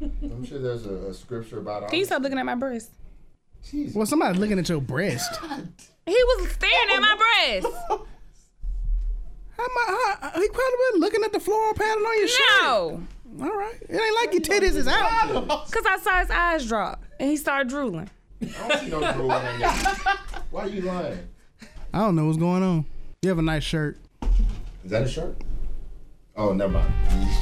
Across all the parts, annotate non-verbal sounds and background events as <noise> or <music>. I'm sure there's a, a scripture about. Can you stop looking at my breast? Jesus. Well, somebody's looking at your breast. He was staring at my breast. How my, how, he probably was looking at the floral pattern on your shirt. <laughs> No, All right. It ain't like your titties is out. because I saw his eyes drop and he started drooling. I don't see no girl on <laughs> there. Why are you lying? I don't know what's going on. You have a nice shirt. Is that a shirt? Oh, never mind.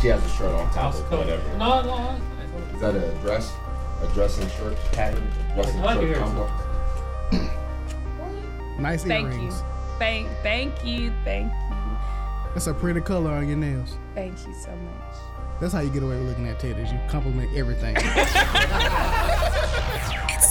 She has a shirt on top House of coat. whatever. No, no. it's nice. Is that a dress? A dressing shirt pattern? Dressing I like shirt your hair. combo? Nice Thank you. earrings. Thank, thank you, thank you, That's a pretty color on your nails. thank you so much. That's how you get away with looking at titties. You compliment <laughs> everything. It's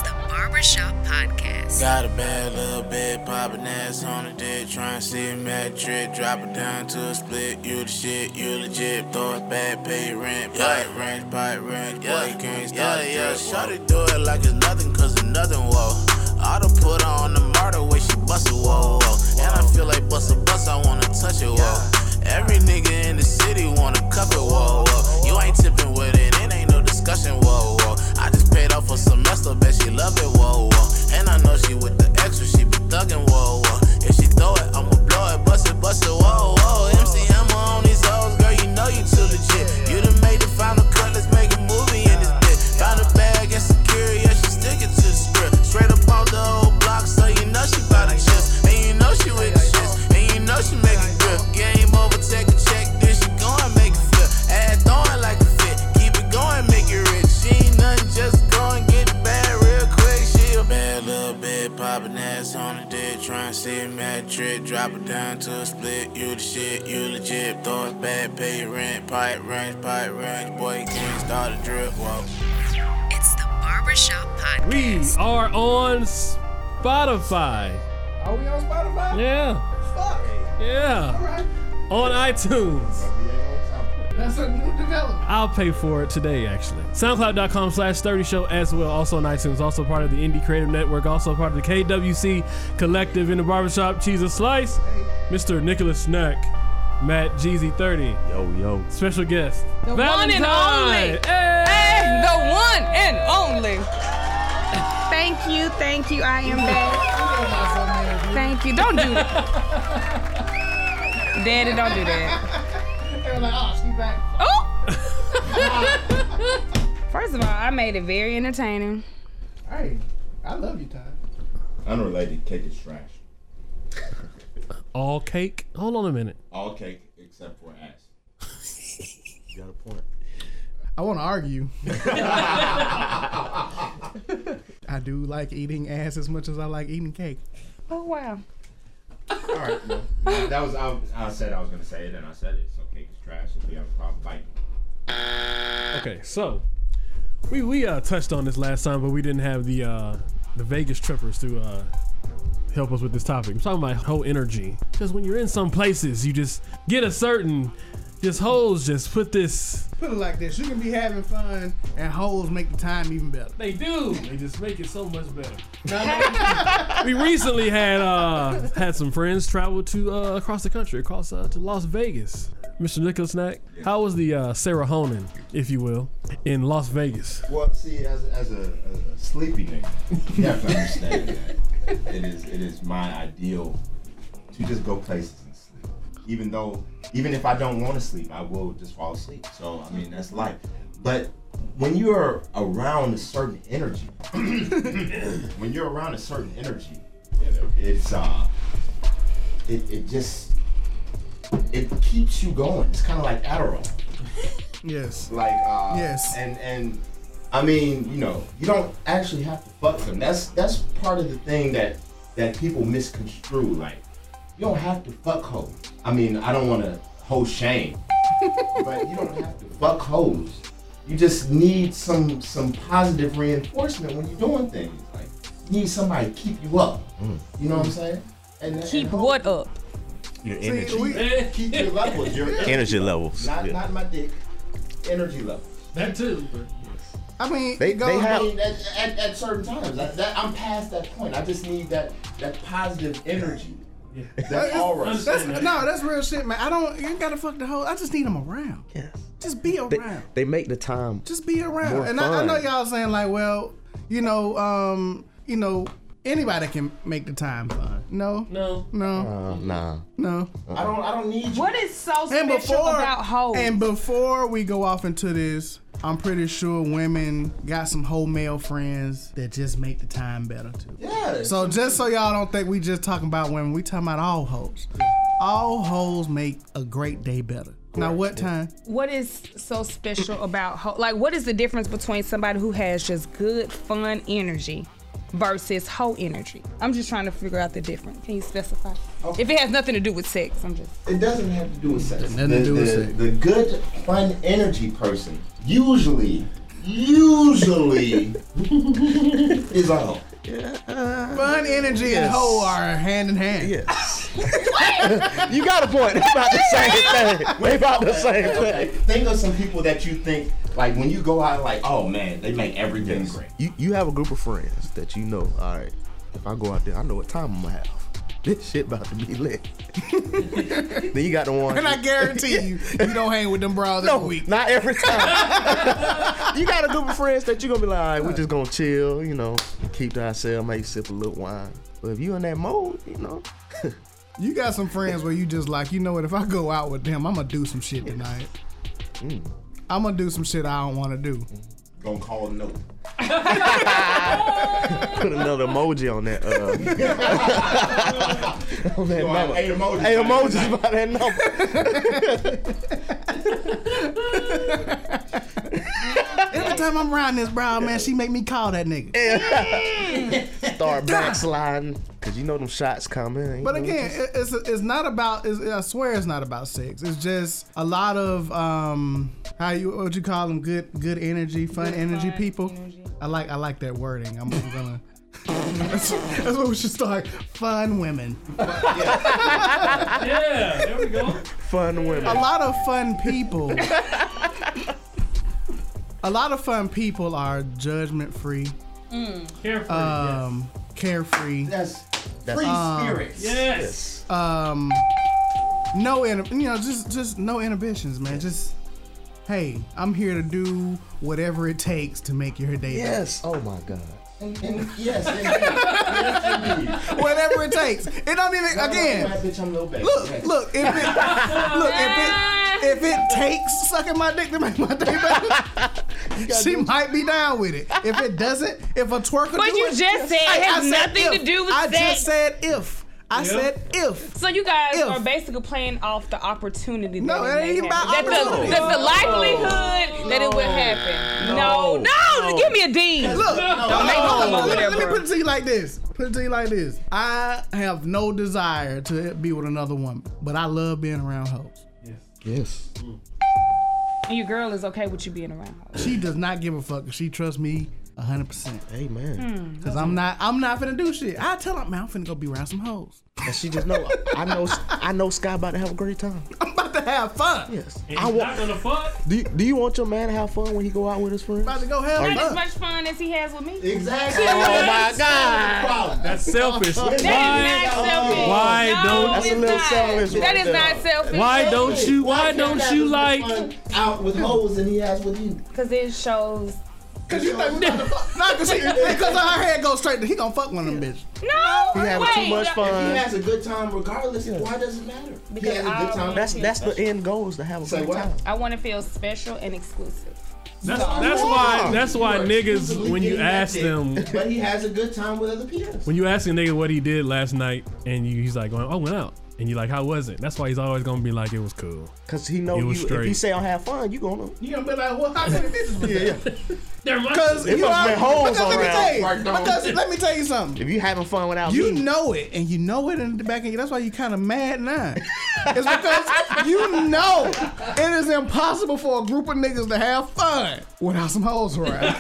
the Barbershop Podcast. Got a bad little bit, poppin' ass on the dick, tryna see a mad trick, drop it down to a split. You the shit, you legit, throw it back, pay rent, yeah. pipe wrench, pipe wrench, yeah. boy, you can't stop yeah, yeah. Shorty do it like it's nothing, cause it's nothing, whoa. I done put her on the murder when she bust it, whoa, whoa. And I feel like bust a bust, I wanna touch it, whoa. Every nigga in the city wanna cup it, whoa, whoa. You ain't tipping with it, it ain't no discussion, whoa, whoa. I just paid off a semester, bet she love it, whoa, whoa. And I know she with the extra, she be thuggin', whoa, whoa. If she throw it, I'ma blow it, bust it, bust it, whoa, whoa. MCM on these hoes, girl, you know you too legit. You done made the final cut, let's make a movie in this bitch. Found a bag and security, yeah, she stickin' to the script. Straight up on the whole block, so you know she bout to chips. And you know she with the shits, and you know she make a grip. Game over, take a check, then she gon' make it flip. Ass throwing like a fit, keep it going, make it rich. She ain't nothing, just go and get it bad real quick. She a bad little bit, poppin' ass on the dick, tryna see a mad trick, drop it down to a split. You the shit, you legit, throw it back, pay rent, pipe wrench, pipe wrench, boy, you can't start a drip, whoa. It's the Barbershop We Podcast. are on Spotify. Are we on Spotify? Yeah, Fuck. yeah. Right. On iTunes. We ain't on Spotify. That's a new development. I'll pay for it today, actually. SoundCloud.com slash 30 show as well. Also on iTunes. Also part of the Indie Creative Network. Also part of the KWC Collective in the Barbershop. Cheese and Slice. Mr. Nicholas Snack. Matt Jeezy30. Yo, yo. Special guest. The one and only. Hey, the one and only. Thank you, thank you. I am back. Thank you. Don't do that. <laughs> Daddy, don't do that. Oh! First of all, I made it very entertaining. Hey, I love you, Todd. Unrelated cake is trash. All cake. Hold on a minute. All cake except for ass. You got a point. I want <laughs> to argue. I do like eating ass as much as I like eating cake. Oh wow. All right. Well, <laughs> that was I, I said I was gonna say it, and I said it. So cake is trash. If we have a problem fighting. Okay, so we we uh, touched on this last time, but we didn't have the uh, the Vegas trippers to uh, help us with this topic. I'm talking about whole energy. Just when you're in some places, you just get a certain just hoes just put this. Put it like this: you can be having fun, and holes make the time even better. They do. They just make it so much better. <laughs> we recently had uh, had some friends travel to uh, across the country, across uh, to Las Vegas. Mr. Nicholas Snack, how was the uh, Sarah Honan, if you will, in Las Vegas? Well, see, as as a, as a sleepy nigga, <laughs> you have to understand that it is it is my ideal to just go places and sleep. Even though, even if I don't want to sleep, I will just fall asleep. So I mean, that's life. But when you are around a certain energy, when you're around a certain energy, it's uh, it it just it keeps you going. It's kind of like Adderall Yes. like uh Yes. and and i mean you know you don't actually have to fuck them that's that's part of the thing that that people misconstrue like you don't have to fuck hoes i mean i don't want to hoe shame <laughs> but you don't have to fuck hoes you just need some some positive reinforcement when you're doing things like you need somebody to keep you up Mm. you know what i'm saying and, Keep and hoes what up? Your See, energy. we- keep your levels your energy levels. not Yeah. not my dick energy levels That too. I mean, They- it goes they I have- mean, at, at, at certain times, I, that, I'm past that point. I just need that that positive energy That's all right. That's, no, that's real shit, man. I don't. You ain't gotta fuck the whole. I just need them around. Yes. Just be around. They, they make the time. just be around. More and I, I know fun. y'all saying like, well, you know, um, you know, anybody can make the time fun. No, No. no, Uh, nah. Uh-uh. no. I don't. I don't need you. What is so special about hoes? and before we go off into this, I'm pretty sure women got some whole male friends that just make the time better too. Yeah. So just so y'all don't think we just talking about women, we talking about all hoes. All hoes make a great day better. Now what time? what is so special about ho- like what is the difference between somebody who has just good fun energy versus hoe energy? I'm just trying to figure out the difference. Can you specify? If it has nothing to do with sex, I'm just It doesn't have to do with sex. nothing to the, do with the- sex. The good, fun, energy person usually, <laughs> usually is a hoe. Fun energy and Yes. hoe are hand in hand. Yes. you got a point. <laughs> They about the <laughs> same thing. They about the same Okay, thing. Think of some people that you think like when you go out, like, oh man, they make everything great. You you have a group of friends that you know. All right. If I go out there, I know what time I'm gonna have. This shit about to be lit. <laughs> then you got the one. <laughs> And I guarantee you, you don't hang with them bras every No, week. not every time. <laughs> you got a group of friends that you gonna be like, all right, we just gonna chill, you know, keep to ourselves, maybe sip a little wine. But if you in that mode, you know, You got some friends where you just like, you know what? If I go out with them, I'm gonna do some shit tonight. Mm. I'm gonna do some shit I don't want to do. Gonna call a note. put another emoji on that. <laughs> Uh, on that Go out, number. Hey, emoji. Hey, emojis by that number. Every time I'm around this brown man, she make me call that nigga. Start backsliding, cause you know them shots coming. But again, it- it's it's not about. It's, I swear, it's not about sex. It's just a lot of um, how you what you call them? Good good energy, fun energy people. I like I like that wording. I'm, I'm gonna. <laughs> that's, that's what we should start. Fun women. Yeah, there we go. fun women. a lot of fun people. a lot of fun people are judgment free, Mm. Carefree. um, carefree, That's free spirits. yes. um, no, inhib- you know, just just no inhibitions, man. Just hey, I'm here to do whatever it takes to make your day. better. Yes. Oh my God. And, and yes, <laughs> indeed. yes, indeed. whatever it takes. It don't even My again. bitch, I'm Lil Baby. Look, Yes. look, if it, look, if it, if it takes sucking my dick to make my day better, she might be down with it. If it doesn't, if a twerker But do you it, just said it has nothing if. to do with I sex. just said if. I said if. So you guys If. are basically playing off the opportunity. No, that it may ain't about happen. that opportunity. The, that the likelihood that it would happen. No, no, give me a D. Look, Don't make me come look, over let, there, me- let me bro. put it to you like this. Put it to you like this. I have no desire to be with another woman, but I love being around hoes. Yes. And your girl is okay with you being around. her. She does not give a fuck. if She trusts me 100%. Hey Hmm. man. Cause I'm not, I'm not finna do shit. I tell her, man, I'm finna go be around some hoes. And she just know. I know. I know Sky about to have a great time. I'm about to have fun. Yes. And I he's want. not gonna fuck. Do you, do you want your man to have fun when he go out with his friends? About to go have Not as <laughs> fun. much fun as he has with me. Exactly. Oh my God! Problem. That's selfish. That is Why? not selfish. why no, don't- That's a it's little not. selfish That right is there. not selfish. Why don't you? Why don't you like? out with hoes than he has with you? Because it shows. Cause you think we about to fuck. Nah, cause she, because her head goes straight. to- He gonna fuck one of them bitches. No. He having wait, too much no- He fun. has a good time regardless. Why does it matter? Because he has a I- good time. That's that's the end goal is to have a Say great what? time. I want to feel special and exclusive. That's, that's why. That's why niggas when you ask them But he has a good time with other people. when you ask a nigga what he did last night and you, he's like, going, I went out. And you're like, how was it? That's why he's always gonna be like, it was cool. Cause he know It you, was if you straight. say I'll have fun, you gonna. You gonna be like, well, how many bitches was that? There must Cause It you must are, been hoes because let me around. tell you, Right now. because let me tell you something. If you having fun without You me, know it, and you know it in the back of you. That's why you kind of mad now. it's because you know it is impossible for a group of niggas to have fun without some hoes around.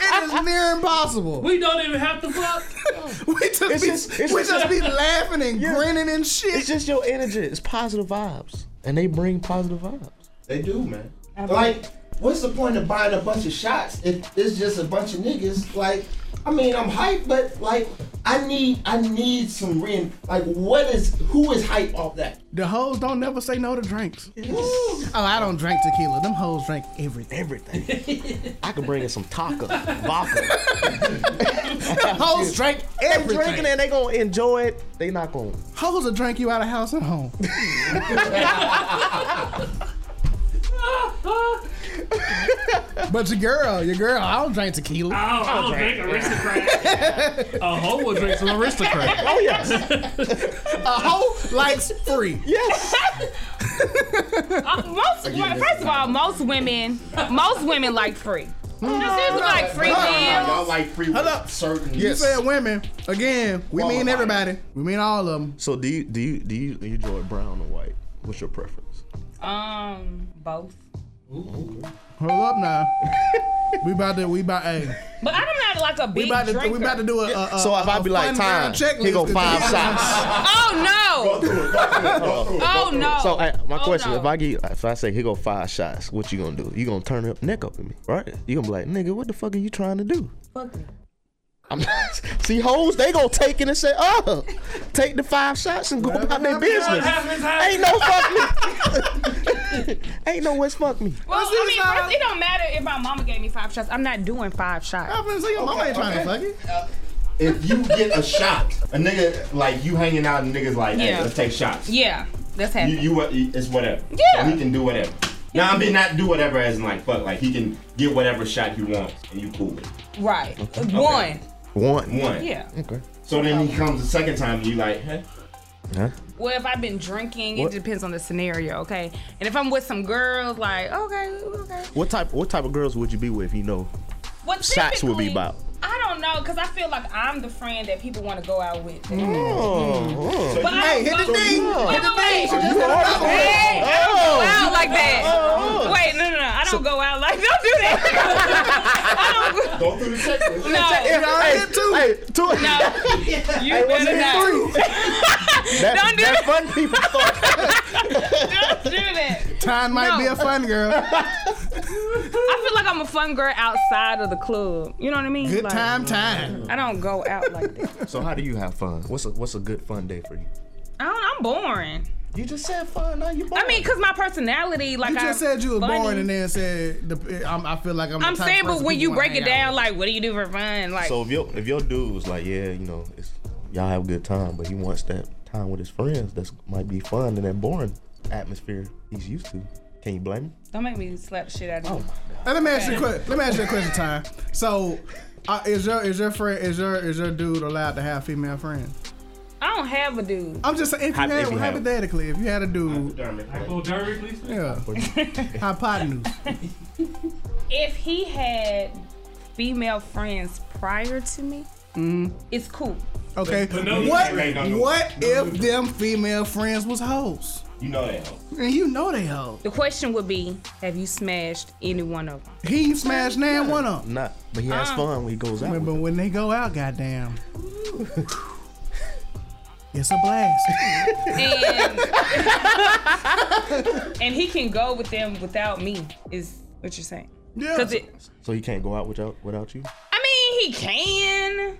it is near impossible. We, we don't even have to fuck. <laughs> just It's be just- it's we just- just be laughing and Yeah. grinning and shit. it's just your energy. It's positive vibes, and they bring positive vibes. They do, man. Like what's the point of buying a bunch of shots if it's just a bunch of niggas? Like, I mean, I'm hyped, but like, I need, I need some rein. Like, what is, who is hype off that? The hoes don't never say no to drinks. Oh, I don't drink tequila. Them hoes drink everything. Everything. <laughs> I could bring in some taco, vodka. Them hoes drink They everything. drinking and they gonna enjoy it. They not gonna. Hoes will drink you out of house and <laughs> home. but your girl, your girl, I don't drink tequila. Oh, I don't drink aristocrat. a hoe will drink some aristocrat. Oh yes, A hoe likes free. yes. Uh, most, well, first of all, most women, most women like free. Just seems like free Y'all meals. like free Hold up. certain. You said women. Again, we mean Qualified. everybody. We mean all of them. So do you do you do you enjoy brown or white? What's your preference? Um, both. Hold up <laughs> now. we about to, we about, hey. But I'm not like a We big about to, drinker. we about to do a, a, a So if I Uh, a be like fun time, round checklist he go to five do. shots. Oh no! Oh no! So I, my Oh, question: no. If I get, if I say he go five shots, what you gonna do? You gonna turn up neck up at me, right? You gonna be like, nigga, what the fuck are you trying to do? Fuck me. I'm not, <laughs> see, hoes, they gonna take it and say, oh, take the five shots and go about their business. Ain't no fuck me. <laughs> Ain't no what's fuck me. Well, I mean, uh, not- first, it don't matter if my mama gave me five shots. I'm not doing five Oh, shots. <laughs> I'm finna say your mama ain't trying to fuck you. If you get a shot, a nigga like you hanging out and niggas like, hey, Yeah. let's take shots. Yeah, that's You, happening. you, what- it's whatever. Yeah. So he can do whatever. Now I mean not do whatever as in like fuck. Like he can get whatever shot he wants and you cool with. it. right. One. One. One. Yeah. Okay. So then he comes the second time and you like, huh? Well, if I've been drinking, What? it depends on the scenario, okay? And if I'm with some girls, like, okay, okay. What type? What type of girls would you be with? You know, What Shots would be typically- about. I don't know, because I feel like I'm the friend that people want to go out with. Oh. Hmm. So But you- I Mm-hmm. Hey, hit don't the go- thing. Wait, Hit the wait, wait. thing. She just hit another one. Hey, I don't go Oh. out like oh. that. Wait, no, no, no. I don't go out like, don't do that. <laughs> I Go don't, through the checklist. no. hey, hey, No, two. you Hey, what's better it, not. three? That, Don't do that. that fun people thought. Don't do that. Time might No. be a fun <laughs> girl. I feel like I'm a fun girl outside of the club. You know what I mean? Good Like, time, time. I don't go out like <laughs> that. <laughs> So how do you have fun? What's a what's a good fun day for you? I don't, I'm boring. You just said fun. Now you. I mean, cause my personality, like You just I'm said you was funny. boring and then said, the, I'm, I feel like I'm. the I'm type saying, of but person when people you wanna break it hang out down, with. like, what do you do for fun? Like, So if your if your dude was like, yeah, you know, it's y'all have a good time, but he wants that time with his friends that's might be fun in that boring atmosphere he's used to. Can you blame him? don't make me slap the shit out of you. Now, let me ask you a question. Let me ask you a question, time. So, uh, is your is your friend is your is your dude allowed to have female friends? I don't have a dude. I'm just saying, if you Hypo- had, if you have. hypothetically, if you had a dude, Dermot. please. yeah, <laughs> hypotenuse. If he had female friends prior to me, Mm-hmm. it's cool. Okay, But no, you what can't make no- what if them female friends was hoes? You know that. hoe. And you know they hoes. The question would be, have you smashed any one of them? He ain't smashed name one of them. Not, but he has fun when he goes out. But with when they go out, <laughs> goddamn, it's a blast. and and he can go with them without me is what you're saying Yeah. because it them. So he can't go out without without you. i mean he can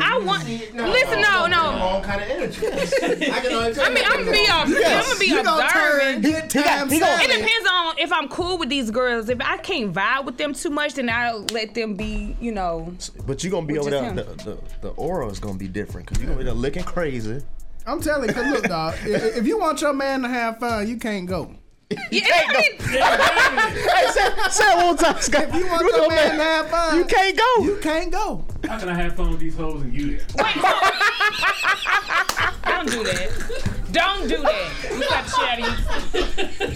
i want No, listen no no Wrong kind of <laughs> energy. I can only tell i mean i'm gonna be ob- i'm gonna be You gonna turn observant good times. he gonna- it silent. depends on if i'm cool with these girls if i can't vibe with them too much then i'll let them be you know But you're gonna be With over just there. The, him. the the aura is gonna be different because you're gonna be there looking crazy. I'm telling you, 'cause look, dog. If, if you want your man to have fun, you can't go. yeah, I mean, hey, <laughs> say, say it one time, Scott. If you want your man to have fun, you can't go. You can't go. How can I have fun with these hoes and you there? don't do that don't do that. I'm gonna slap the shit out of you.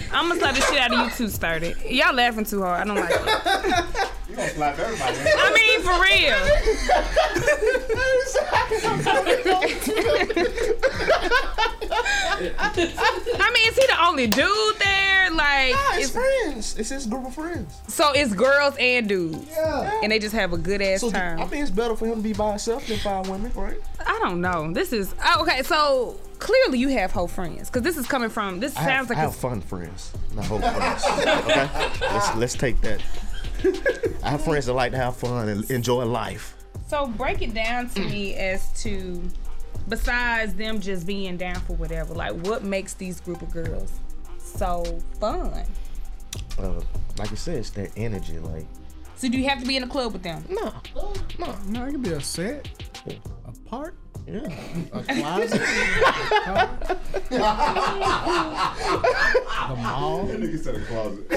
too. I'm gonna slap the shit out of you too, started. Y'all laughing too hard. I don't like it. You gonna slap everybody. <laughs> I mean, for real. I mean, is he the only dude there? Like, It's it's, friends. It's his group of friends. so it's girls and dudes, Yeah. and they just have a good ass So time. I mean, it's better for him to be by himself than five women, right? I don't know. This is oh, okay. So clearly you have whole friends because this is coming from this I sounds have, I like have fun friends, not hope <laughs> friends. Okay, let's let's take that. I have friends that like to have fun and enjoy life. it's, so break it down to me as to besides them just being down for whatever like what makes these group of girls so fun Uh, like I said, it's that energy. Like so do you have to be in a club with them no, no, No, it could be a set, a part. yeah. The mall, That nigga said a closet.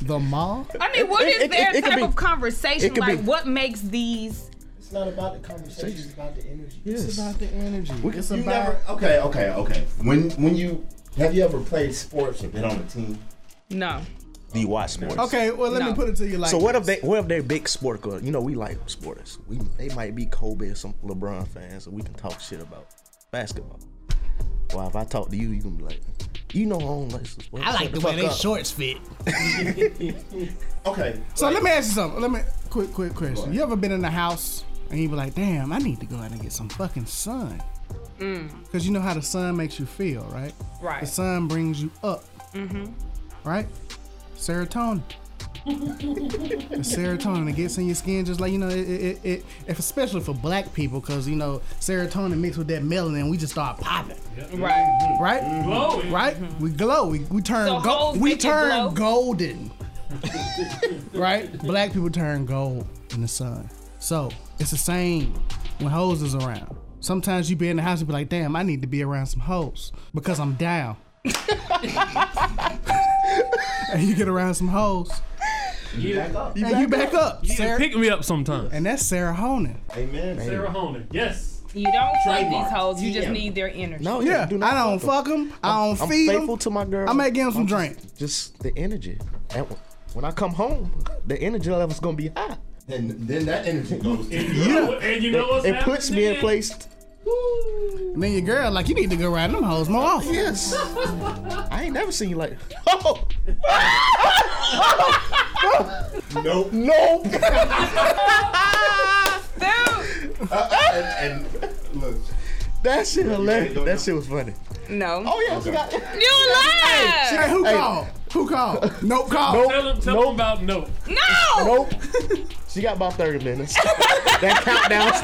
the mall. i mean what is it- it- their it could type be- of conversation it could be- like what makes these It's not about the conversation. It's about the energy. It's about the energy. It's You about never. Okay, okay, okay. When when you have you ever played sports or been on a team? no Do you watch sports? okay. Well, let No. me put it to you like. So what if they what if they're big sport girl? You know we like sporters. We they might be Kobe or some LeBron fans, so we can talk shit about basketball. Well, if I talk to you, you can be like, you know I don't like some sports. Shut fuck up. shorts fit. Okay. So let me ask you something. Let me quick, quick question. You ever been in a house and you be like, "Damn, I need to go out and get some fucking sun," because you know how the sun makes you feel, right? Right. The sun brings you up, right? Serotonin. the serotonin it gets in your skin just like you know it, it, it, it if, especially for black people because you know serotonin mixed with that melanin we just start popping right Mm-hmm. right Glowing. right? We glow. We, we turn So go- hoes we make you turn glow? golden. <laughs> right? Black people turn gold in the sun. So it's the same when hoes is around. Sometimes you be in the house and be like, damn, I need to be around some hoes because I'm down. <laughs> and you get around some hoes and you back up. Yeah, Sarah, pick me up sometimes. and that's Sarah Honan. Amen. Sarah Honan. Yes. you don't play these Trademark. hoes you just Yeah. need their energy No, Yeah, yeah, do not I don't fuck fuck them. I don't I'm feed faithful them. to my girl. I might give them some I'm just- drink. Just the energy. And when I come home, the energy level's gonna be high. And then that energy goes <laughs> to you. You. And you know what's It puts me in happening? place. And then your girl like, you need to go around them hoes more often. Yes. I ain't never seen you like. <laughs> Oh Nope. no. Dude. and, and look, That shit don't hilarious. know. That shit was funny. no Oh yeah, I forgot. you lied Hey, who Hey. called? Who called? Nope called. Tell them, tell them about no. no Nope. She got about 30 <laughs> minutes. that countdown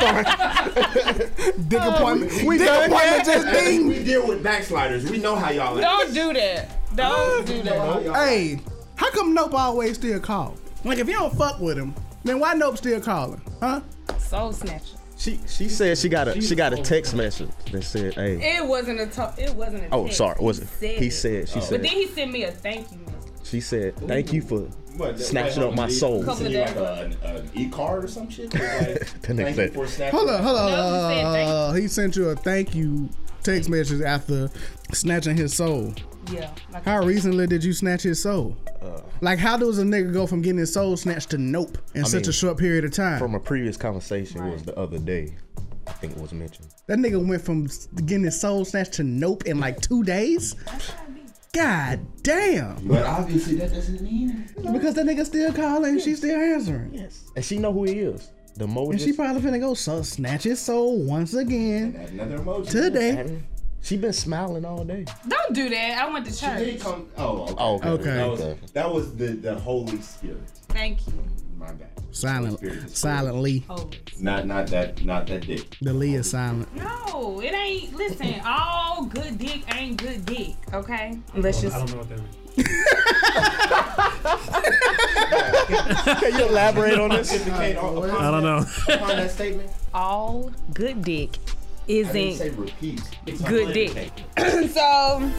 started. <laughs> Dick appointment. Oh, we Dick done appointment yet? <laughs> just ding. we deal with backsliders. We know how y'all. act. Don't do that. Don't do We know that. how y'all act. Hey, how come Nope always still called? Like if you don't fuck with him, then why Nope still calling? Huh? Soul snatcher. She she said she got a she got a text message that said, "Hey, It wasn't a. To- it wasn't a. oh text. sorry, was it?" Said He said she But said then he sent me a thank you message. she said, "Thank you for What, that- snatching like, up my he- soul." he sent you like a- an, an e-card or some shit. <laughs> Like, nigga thank you said- for snatching. Hold on, hold on. Nope said thank you. Uh, he sent you a thank you text message after snatching his soul. Yeah. Like How recently did you snatch his soul? like how does a nigga go from getting his soul snatched to Nope in such mean, a short period of time? From a previous conversation was the other day, I think it was mentioned. That nigga went from s- getting his soul snatched to nope in like two days. God damn. But obviously that doesn't mean. Because that nigga still calling, she still answering. Yes. And she know who he is. The And motive. she probably finna go so snatch his soul once again Another emoji. today. probably. She been smiling all day. don't do that. I went to She did church. come. Oh, okay. Oh, okay. Okay. That was, that was the the Holy Spirit. Thank you. My bad. Silent, silently. Oh Not not that not that dick. The Lee is silent. no, it ain't. Listen, all good dick ain't good dick. Okay. Let's I just. don't know what that means. Can you elaborate on this? Indicate all- upon I don't that- know. Upon that statement, All good dick I didn't say isn't repeat. good dick. <clears throat> so.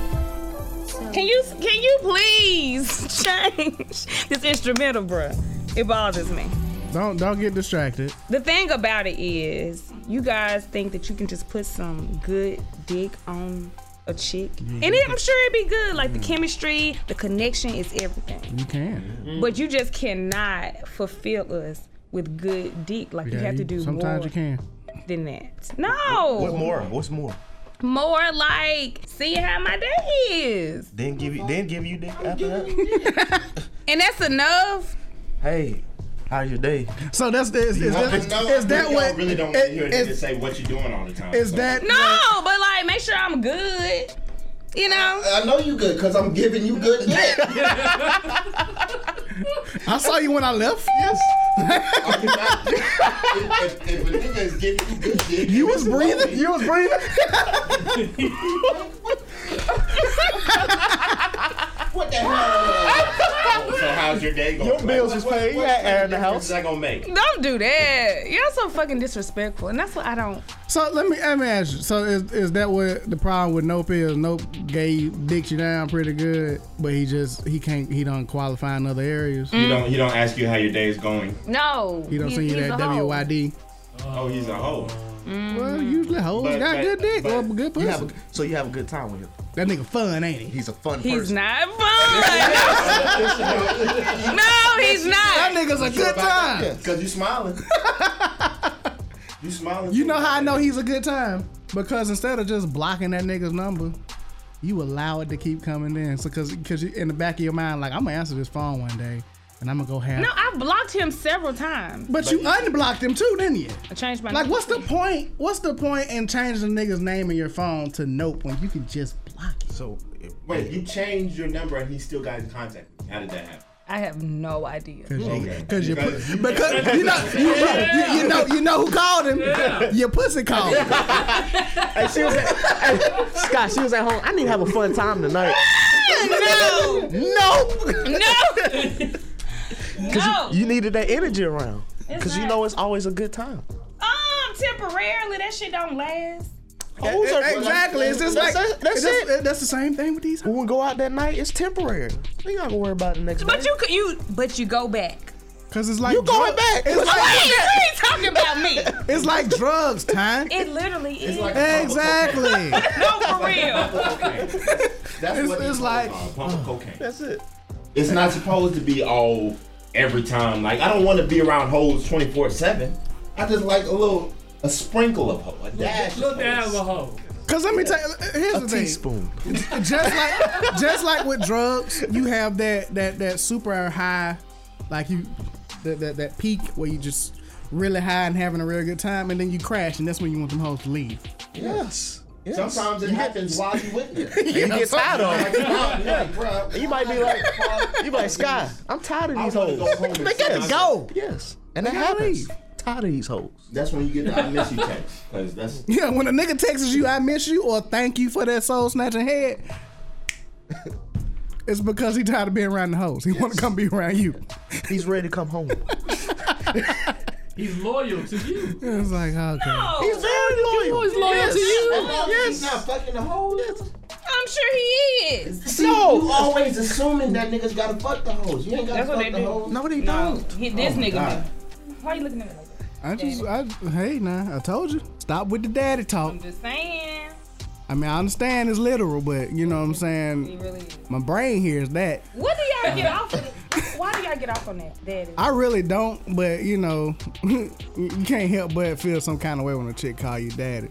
Can you can you please <laughs> change this instrumental, bruh? It bothers me. <laughs> Don't don't get distracted. The thing about it is, you guys think that you can just put some good dick on a chick, and it, I'm sure it'd be good. Like the chemistry, the connection is everything. You can. But you just cannot fulfill us with good dick. Like you have to do Sometimes more you can. than that. No, What more? What's more? more like see how my day is, Then give you then give you dick after that. and that's enough. Hey, How's your day? So that's the, is, is Well, that, I know is that y'all what really don't want to hear it- it, to is, say what you're doing all the time. is So- that No, but like, make sure I'm good. You know? I know you good because I'm giving you good dick. I saw you when I left. Yes, if, if, if a nigga is giving you good dick, you was breathing. You was breathing. what the <laughs> hell? so how's your day going? Your bills is paid. You had air in the difference house. Is that gonna make? Don't do that. Y'all so fucking disrespectful, and that's what I don't. So let me let me ask you. So is is that what the problem with Nope is? Nope gay dicks you down pretty good, but he just he can't he don't qualify in other areas. He don't. He don't ask you how your day is going. No. He don't He's- send you he's that a hoe. WYD. Oh, he's a hoe. Well, usually hoes But- got but- good dick but- or good You pussy. have a, so you have a good time with him. that nigga fun, ain't he? He's a fun He's person. not fun. <laughs> no, he's That not. nigga's a good time. Because you <laughs> smiling. you smiling. You know how I know he's a good time? Because instead of just blocking that nigga's number, you allow it to keep coming in. So cause cause you in the back of your mind, like, I'm gonna answer this phone one day and I'm gonna go have No, I blocked him several times. But you unblocked him too, didn't you? I changed my Like name. what's the point? What's the point in changing the nigga's name in your phone to nope when you can just block it? So if, Wait, you changed your number and he still got in contact. with you. How did that happen? I have no idea. <laughs> Okay. Cause you, Because pu- you- because you know, you, you, you know, you know who called him. Your pussy called. <laughs> him. hey, she was at, hey, Scott, she was at home. I need to have a fun time tonight. No, Nope. <laughs> no, no. You needed that energy around. Because you not. know it's always a good time. um, temporarily that shit don't last. Hoes are- Exactly. It's just like That's it. That's that's, it. that's the same thing with these. When we go out that night, it's temporary. We ain't got to worry about it next But day. you could you, but you go back. Cause it's like You going drug- back. It's Wait, like, you ain't talking about me. it's like drugs, time. It literally is. like- Exactly. <laughs> no, for real. That's It's- what it's it's like- like pump cocaine. That's it. It's not supposed to be all every time. Like I don't want to be around hoes twenty four seven. I just like a little a sprinkle of hoe, a dash. Look Of down <laughs> the hoes. hole. Cause let me tell you, here's the thing. Teaspoon. Just like just like with drugs, you have that that that super high, like you that that, that peak where you just really high and having a real good time, and then you crash, and that's when you want them hoes to leave. Yes. yes. Sometimes it happens while you with me. you get tired of it. yeah. You might be like, you be like, Sky, I'm tired of I these wanna hoes. go home and They gotta see go. myself. Yes. And that gotta happens. leave. Tired of these hoes. That's when you get the I miss you text. Cause that's Yeah, when a nigga texts you, "I miss you" or "Thank you for that soul snatching head," it's because he tired of being around the hoes. He want to come be around you. He's ready to come home. He's loyal to you. It's <laughs> like okay. He's very loyal. He's loyal to you. yes. not fucking the hoes. I'm sure he is. See, No. you always assuming that niggas gotta fuck the hoes. You ain't gotta That's what fuck they the do. hoes. No, they don't. He, this my nigga. God. do. Why you looking at me like that? I just, I, hey, nah, I told you. Stop with the daddy talk. I'm just saying. I mean, I understand it's literal, but you know what I'm He saying? really is. My brain hears that. What do y'all get off of it? Why do y'all get off on that, daddy? I really don't, but you know, <laughs> you can't help but feel some kind of way when a chick call you daddy.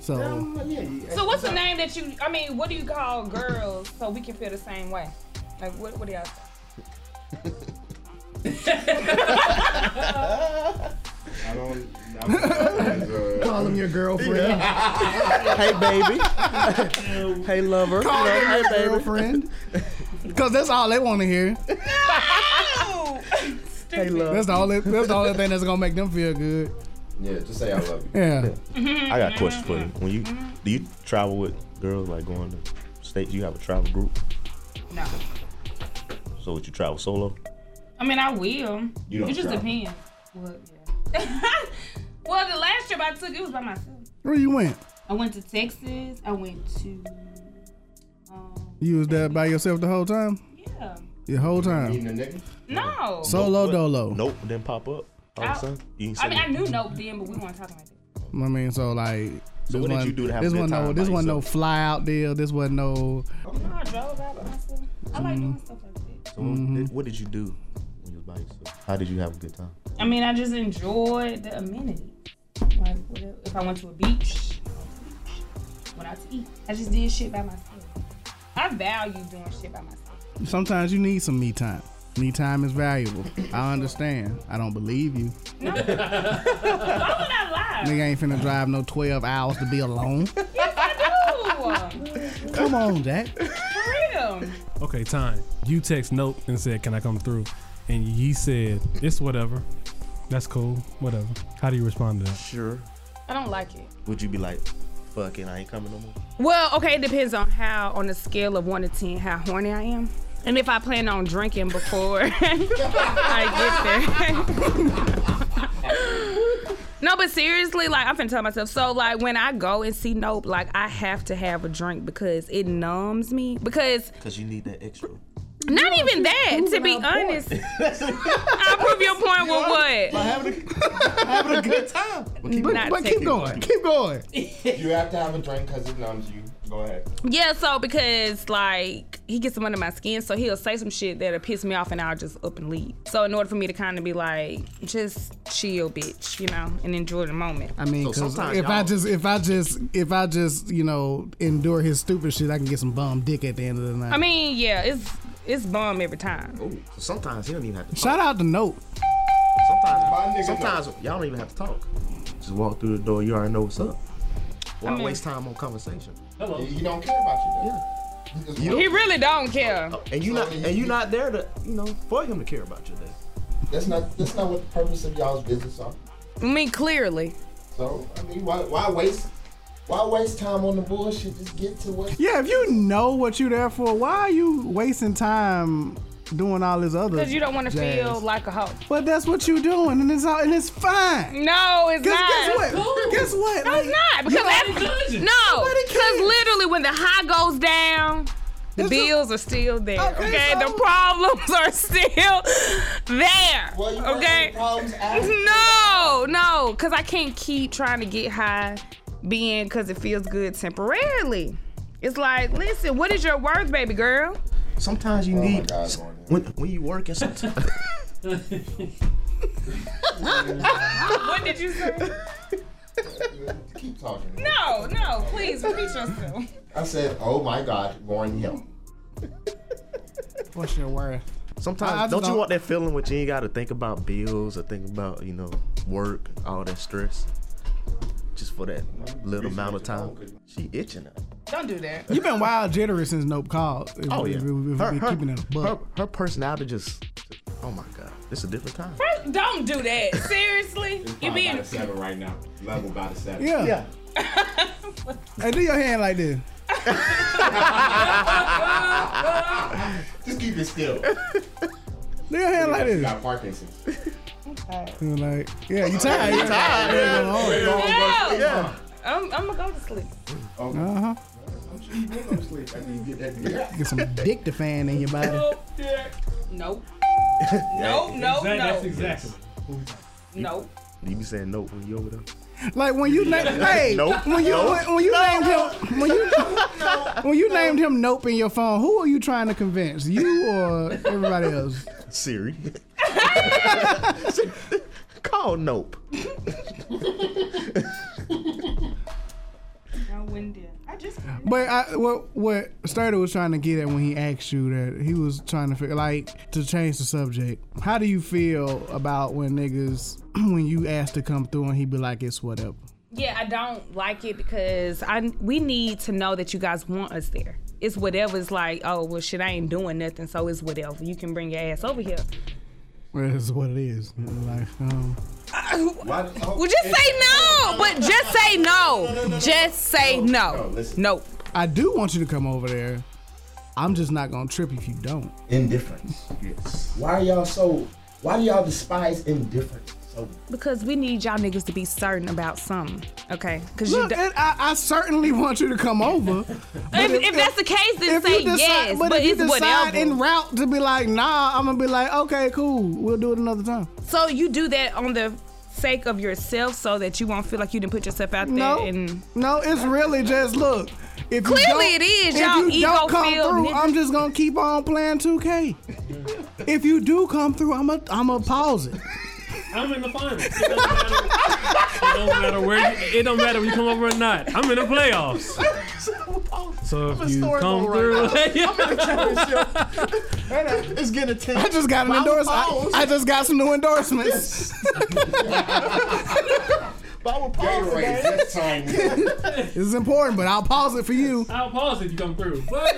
So, Well, yeah, you- So what's the name that you? I mean, what do you call girls so we can feel the same way? Like what? What do y'all? I don't. I'm, call him your girlfriend. Hey, baby. <laughs> hey, lover. Call You know, him hey, your baby. girlfriend. Cause that's all they want to hear. Hey, love. That's the only, that's the only thing that's gonna make them feel good. yeah, just say I love you. Yeah. I got a question for you. When you do you travel with girls like going to states? You have a travel group, No. so would you travel solo? I mean, I will. You don't it just travel. depends. Well, yeah. <laughs> well, the last trip I took, it was by myself. Where you went? I went to Texas. I went to. Um, You was there by yourself the whole time? yeah. The whole time. Meeting a nigga. No. Solo dolo. Nope, didn't pop up. All of a I- sudden, you ain't I send mean, I me- knew Nope then, but we weren't talking like that. I mean, so like. this what did wasn't- you do to have a this good wasn't No, time this by wasn't no yourself? fly out deal. This wasn't no. No, I drove out by myself. I like doing stuff like that. So Mm-hmm. What did you do when you was by yourself? How did you have a good time? I mean, I just enjoyed the amenities. Like, what else? if I went to a beach, went out to eat. I just did shit by myself. I value doing shit by myself. Sometimes you need some me time. Me time is valuable. I understand. I don't believe you. Why would I lie? Nigga ain't finna drive no 12 hours to be alone. I do. Come on, <laughs> Jack. For real. Okay, time. You text Nope and said, Can I come through? And he said, It's whatever. That's cool. Whatever. How do you respond to that? Sure. I don't like it. Would you be like, fucking, I ain't coming no more? Well, okay, it depends on how, on a scale of one to ten, how horny I am, and if I plan on drinking before <laughs> I get there. <laughs> no, but seriously, like I'm finna tell myself. So, like when I go and see Nope, like I have to have a drink because it numbs me. Because Because you need that extra. not even that, to be <laughs> honest. I prove your point with what? Having a, <laughs> having a good time. Not But, but keep taking- going. Keep going. You have to have a drink because it numbs you. Go ahead. Yeah, so because like he gets some under my skin, so he'll say some shit that'll piss me off, and I'll just up and leave. So in order for me to kind of be like, just chill, bitch, you know, and enjoy the moment. I mean, So 'cause sometimes if I y'all- just, if I just, if I just, you know, endure his stupid shit, I can get some bum dick at the end of the night. I mean, yeah, it's it's bomb every time. Oh, sometimes he don't even have to shout out to Note. My nigga Sometimes, sometimes y'all don't even have to talk. Just walk through the door. You already know what's up. I Why mean- waste time on conversation? He he don't care about you. Though. He just You- want- He really don't care. And you not and you not there to you know for him to care about your day. that's not that's not what the purpose of y'all's business are. I mean, clearly. So I mean, why why waste why waste time on the bullshit? Just get to what. Yeah, if you know what you there for, why are you wasting time doing all this other? Because you don't want to jazz? feel like a hoe. But that's what you doing, and it's all, and it's fine. No, it's Cause not. guess what? Guess what? No, it's not. Because after, no, Nobody because cares. literally when the high goes down, the It's a- bills are still there. Okay, Okay, so- the problems are still there. Well, you okay. okay. Problems after. No, no, because I can't keep trying to get high, being because it feels good temporarily. It's like, listen, what is your worth, baby girl? Sometimes you Oh my need God, s- Gordon. when when you working. Sometimes What did you say? Keep talking. <laughs> No, no, please repeat yourself. I said, oh my God, Warren Hill. What's your worth? sometimes I- I just don't you don't- want that feeling when you ain't got to think about bills or think about you know work all that stress. Just for that little amount of time, she itching. Up. Don't do that. You've been wild jittery since Nope called. If, Oh yeah, if, if, if her, we her, keeping it a her, buck. her personality just. Oh my God, it's a different time. Don't do that. Seriously, you Probably being about a seven right now. Level about a seven. Yeah. <laughs> Yeah. Hey, do your hand like this. Just keep it still. Do your hand like you this. got Parkinson's. You're like, yeah, you tired. You tired, tired. no. Yeah. I'm, I'm gonna go to sleep. Oh, Uh huh. I'm sure you will go to sleep after you get that. Get some dictafan in your body. <laughs> Nope. Nope. Nope. That's No. exactly. Nope. You be saying nope when you over there. Like when you named hey, Nope. when you Nope. when you named him <laughs> when you when you named him Nope in your phone, who are you trying to convince? You or everybody else? Siri. <laughs> Call nope. No windy. I just. But I, what what Sturdy was trying to get at when he asked you that he was trying to figure like to change the subject. How do you feel about when niggas <clears throat> when you ask to come through and he be like it's whatever? Yeah, I don't like it because I we need to know that you guys want us there. It's whatever's like, oh well, shit, I ain't doing nothing, so it's whatever. You can bring your ass over here. Well, it's what it is. Like um, Why the- oh, Well, just it- say no, but just say no. Just say no, no. listen. Nope. I do want you to come over there. I'm just not gonna trip if you don't. Indifference. Why are y'all so? Why do y'all despise indifference? So Because we need y'all niggas to be certain about something, okay? Because you. Look, do- and I, I certainly want you to <laughs> come over. but If, if, that's the case, then if say you decide, yes. But, but, if you it's decide whatever. in route to be like, nah, I'm gonna be like, okay, cool, we'll do it another time. so you do that on the sake of yourself, so that you won't feel like you didn't put yourself out there. No, And no, it's really just look. If you Clearly don't- it is, If y'all you don't come ego-filled through, niggas. I'm just gonna keep on playing 2K. if you do come through, I'm gonna I'm gonna pause it. I'm in the finals. It don't matter, it don't matter where you, it don't matter if you come over or not. I'm in the playoffs. So if a <laughs> you storyboard come right through, It's I getting attention. just got an endorsement. paused. I, I just got some new endorsements. But I would pause for Gatorade, that. that's time. this is important, but I'll pause it for you. I'll pause if you come through. But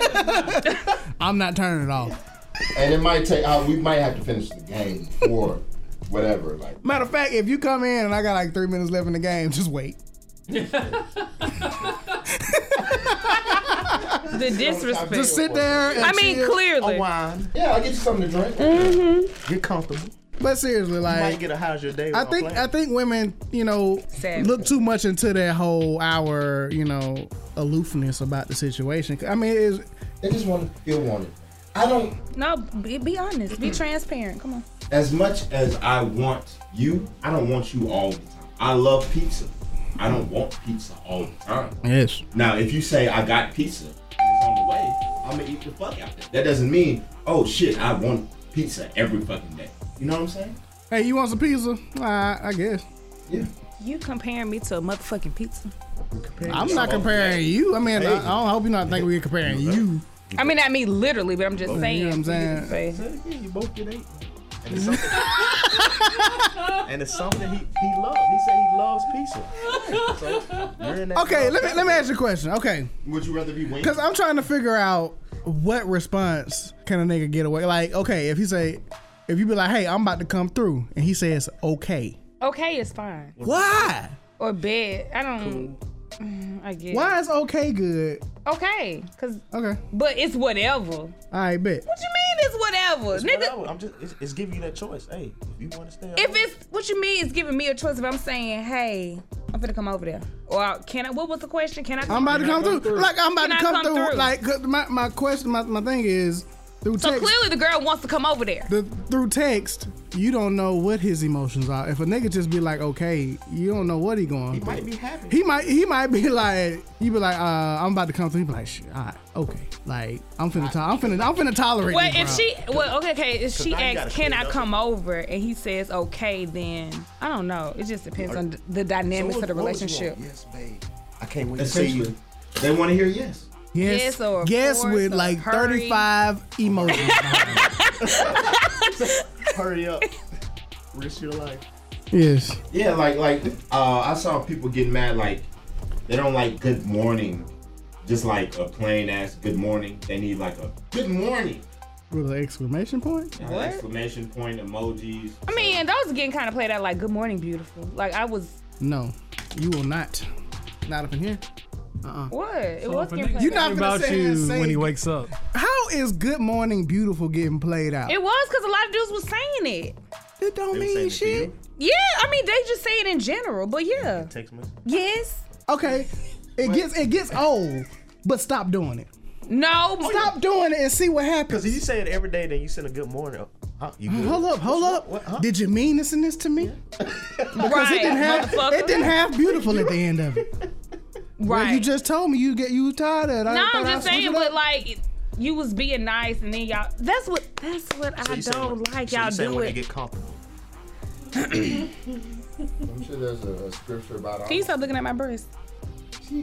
I'm not turning it off. and it might take. Uh, we might have to finish the game or whatever. Like Matter of fact, if you come in and I got like three minutes left in the game, just wait. The disrespect. Just sit there. And I mean, chill. Oh, clearly. A wine. yeah, I'll get you something to drink. Get comfortable. But seriously, Might like get a how's your day. I think I think women, you know, Sad. look too much into that whole our, you know, aloofness about the situation. I mean, it's, They just want to feel wanted. I don't. No, be, be honest. Be transparent. Come on. As much as I want you, I don't want you all the time. I love pizza. I don't want pizza all the time. yes, Now, if you say I got pizza and it's on the way, I'm gonna eat the fuck out of it. That doesn't mean, oh shit, I want pizza every fucking day. You know what I'm saying? Hey, you want some pizza? I, I guess. Yeah. You comparing me to a motherfucking pizza? I'm not comparing you. I mean, I, I don't hope you're not thinking we're comparing you. I mean, not me literally, but I'm just saying. know what Oh, I'm saying? You can say- Yeah, you both get eight. And it's something, <laughs> and it's something he, <laughs> he loves. He said he loves pizza. <laughs> So you're in that Okay, let me let me ask you a question. Okay, Would you rather be waiting? because I'm trying to figure out what response can a nigga get away. Like, okay, if he say, if you be like, hey, I'm about to come through, and he says, okay, Okay, it's fine. why? Or bad. I don't. Mm, I get. Why is okay good? Okay, cause Okay, but it's whatever. What you mean all right, bet. it's whatever, nigga? Whatever. I'm just it's, it's giving you that choice. Hey, if you want to stay, If it's what you mean, it's giving me a choice. If I'm saying, hey, I'm gonna come over there, or can I? What was the question? Can I? I'm Come about to come through. Like I'm about Can I to come, come through. through? Like 'cause my, my question, my, my thing is through so text. clearly, the girl wants to come over there. the, through text, you don't know what his emotions are. If a nigga just be like, okay, you don't know what he going. He might be happy. He might he might be like, you be like, uh, I'm about to come through. He be like, shit, all right, okay, like I'm finna, to- I'm finna, I'm finna tolerate. Well, you, if bro. she, well, okay, okay. If she now you gotta asks, "Can clean I up. come over?" and he says, "Okay," then I don't know. It just depends on the dynamics of the What would you want? relationship. Yes, babe. I can't wait to see Essentially, you. they want to hear yes. yes, yes or of yes course with or like hurry. 35 emojis. <laughs> Hurry up. Risk your life. yes, Yeah, like like uh, I saw people getting mad like they don't like good morning, just like a plain ass good morning. They need like a good morning, with an exclamation point. An exclamation point emojis. I mean, those are getting kind of played out like "Good morning, beautiful." Like I was, No, you will not. Not up in here. what? It was if a getting nigga played You out. not think gonna about sit here and you say- when he wakes up. How is Good Morning Beautiful getting played out? It was because a lot of dudes was saying it. It don't mean shit. Yeah, I mean, they just say it in general, but yeah, Text message. yes, Okay, it gets it gets old, but stop doing it. no, Stop doing it and see what Cause happens. if you say it every day, then you send a good morning. Oh, Huh? You good? Hold up, hold up. What, huh? Did you mean this and this to me? right, It didn't have motherfucker. it didn't have beautiful at the end <laughs> of it. right. You just told me you get you was tired of it. I No, thought I'm I just switched saying, it but up. like you was being nice and then y'all that's what that's what I you saying don't when- like. so you y'all saying do when they it. get comfortable. I'm sure there's a, a scripture about all. Can you stop looking at my breast?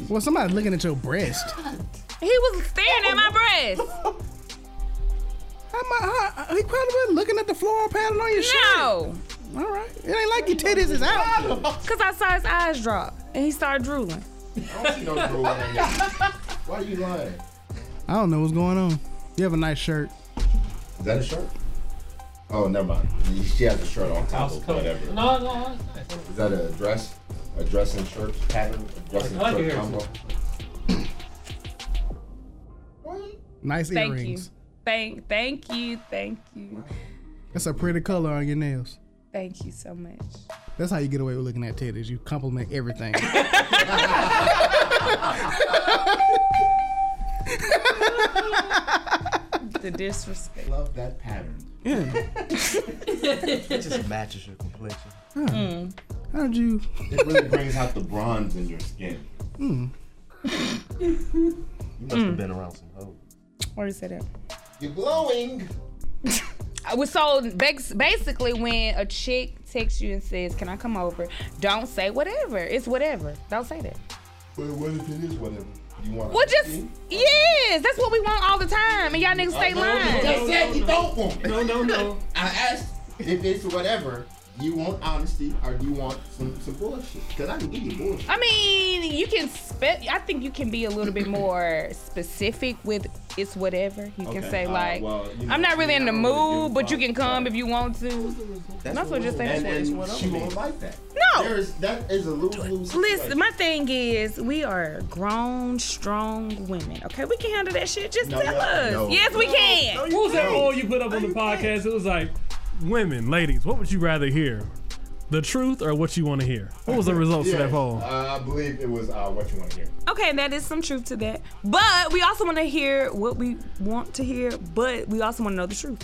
well, somebody looking at your breast. How He was staring at my <laughs> breast. my, how, he probably was looking at the floral pattern on your shirt. No. All right, it ain't like your titties is out. Cause I saw his eyes drop and he started drooling. I don't see no girl wearing that. Why are you lying? I don't know what's going on. You have a nice shirt. Is that a shirt? Oh, never mind. She has a shirt on top of whatever. No, no, it's nice. Is that a dress? A dress and shirt pattern? A dress and I like your shirt hair, combo? too. Nice Thank earrings. you. Thank thank you. Thank you. That's a pretty color on your nails. Thank you so much. That's how you get away with looking at titties. You <laughs> compliment everything. The disrespect. Love that pattern. <laughs> It just matches your complexion. How'd you? It really brings out the bronze in your skin. You must Mm. have been around some hoes. Where is it at? You're glowing. I was so bas- basically when a chick texts you and says, Can I come over? Don't say whatever. It's whatever. Don't say that. But what if it is whatever? You want Well, just yes, that's what we want all the time, and y'all niggas stay no, no, lying. just said you don't want it. No, no, no. I asked if it's whatever. Do you want honesty or do you want some, some bullshit? Because I can give you bullshit. I mean, you can spec. I think you can be a little bit more specific with it's whatever. You can Okay, say uh, like, well, you know, I'm not really in the I don't really give mood, a but you fuck. can come if you want to. That's Might as well just say And, that's and what she I'm won't like that. No. There is, that is a lose lose. Listen, my thing is, we are grown, strong women. Okay, we can handle that shit. Just No, tell y'all- us. no. yes, we can. What was that poll you put up on the podcast? It was like, women, ladies, what would you rather hear? The truth or what you want to hear? What was the results Yeah, of that poll? Uh, I believe it was uh, what you want to hear. Okay, that is some truth to that. But we also want to hear what we want to hear, but we also want to know the truth.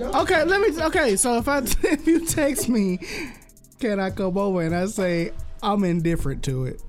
Okay, let me. Okay, so if I <laughs> if you text me, can I come over? And I say I'm indifferent to it.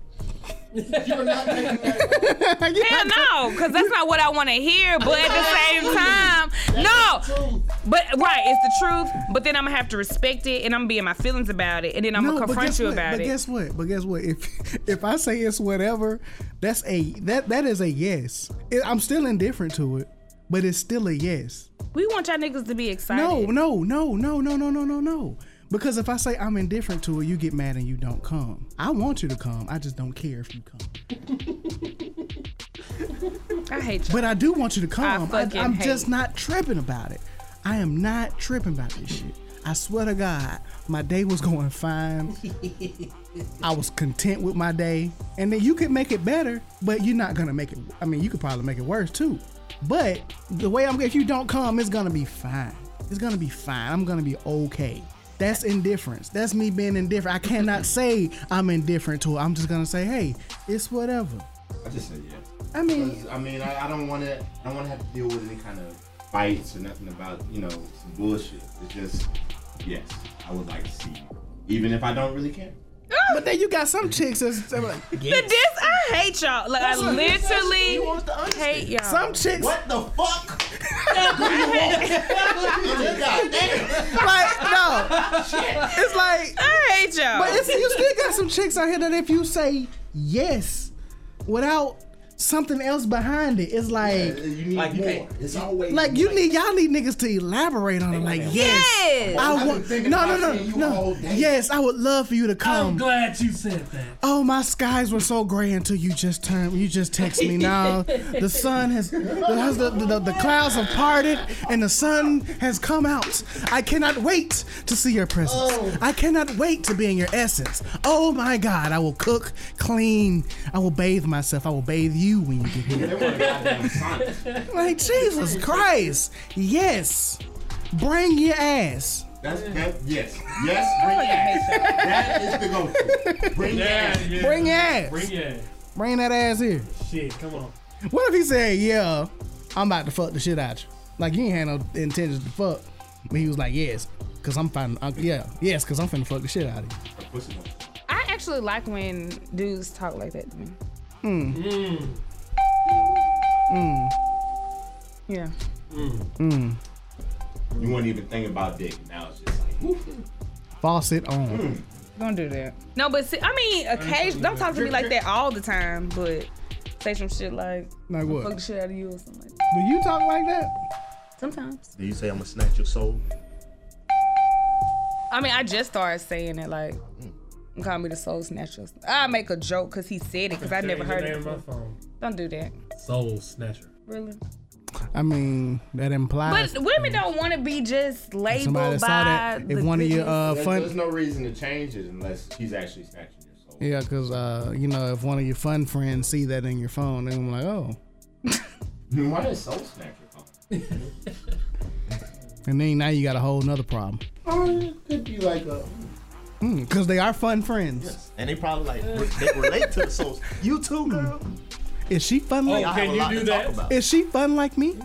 You're not making that. Hell no, because that's not what I want to hear. But at the same time, no. truth. But right, it's the truth. But then I'm gonna have to respect it, and I'm gonna be in my feelings about it, and then I'm gonna but confront guess you what? about but it. guess what? But guess what? If <laughs> if I say it's whatever, that's a that that is a yes. It, I'm still indifferent to it, but it's still a yes. we want y'all niggas to be excited. No, no, no, no, no, no, no, no, no. Because if I say I'm indifferent to it, you get mad and you don't come. I want you to come. I just don't care if you come. I hate you. But I do want you to come. I fucking am just hate. not tripping about it. I am not tripping about this shit. I swear to God, my day was <laughs> going fine. I was content with my day. And then you could make it better, but you're not gonna make it. I mean, you could probably make it worse too. But the way I'm, if you don't come, it's gonna be fine. It's gonna be fine. I'm gonna be okay. That's indifference. That's me being indifferent. <laughs> I cannot say I'm indifferent to it. I'm just gonna say, hey, it's whatever. I just said yes. I mean, Because, I mean, I, I don't want to. I don't want to have to deal with any kind of fights or nothing about you know some bullshit. It's just yes, I would like to see you, even if I don't really care. But then you got some chicks that's that's like the dis, I hate y'all. Like I literally hate y'all. some chicks What the fuck? God damn. like no. It's like I hate y'all. but it's, you still got some chicks out here that if you say yes without something else behind it, it's like You need Like, you more. can't- it's always like you need y'all need niggas to elaborate on it. Like yes. yes. I I've been want no thinking no about no seeing you all no. day. Yes, I would love for you to I'm come. glad you said that. Oh, my skies were so gray until you just turned. You just text me now. The sun has the, has- the, the, the clouds have parted and the sun has come out. I cannot wait to see your presence. I cannot wait to be in your essence. Oh my God! I will cook, clean. I will bathe myself. I will bathe you when you get here. They want a goddamn sonnet. Like Jesus Christ! Yes, bring your ass. That's that. Yes, <laughs> yes. Bring your ass. That is the go-to. Bring your ass. Bring your ass. Bring yeah. Bring that ass here. Shit, come on. What if he said, "Yeah, I'm about to fuck the shit out you"? Like you ain't had no intentions to fuck, but he was like, "Yes, cause I'm finding, uh, yeah, yes, cause I'm finna fuck the shit out of you." Pussy one. I actually like when dudes talk like that to me. Mm. Hmm. Mm. Yeah. You wouldn't even think about dick. Now it's just like, woof. Faucet on. Don't do that. No, but see, I mean, occasion. Don't talk to me like that all the time, but say some shit like Like "fuck the what? shit out of you" or something. Like Do you talk like that? that. Sometimes. Do you say I'm gonna snatch your soul? I mean, I just started saying it like. Call me the soul snatcher. I make a joke because he said it because I never heard it. on my before. phone. Don't do that. Soul snatcher. Really? I mean, that implies But women don't want to be just labeled somebody by saw that. If the one of your goodness. uh, There's- fun, There's no reason to change it unless he's actually snatching your soul. yeah, cause uh, you know, if one of your fun friends see that in your phone, they I'm like, oh, Then Why does soul snatcher come? and then now you got a whole nother problem. Oh, it could be like a. Hmm, cause they are fun friends. And they probably <laughs> like they relate to the soul. You too, girl. Is she fun like? Y'all have Can a you lot do to that? talk about. Is she fun like me?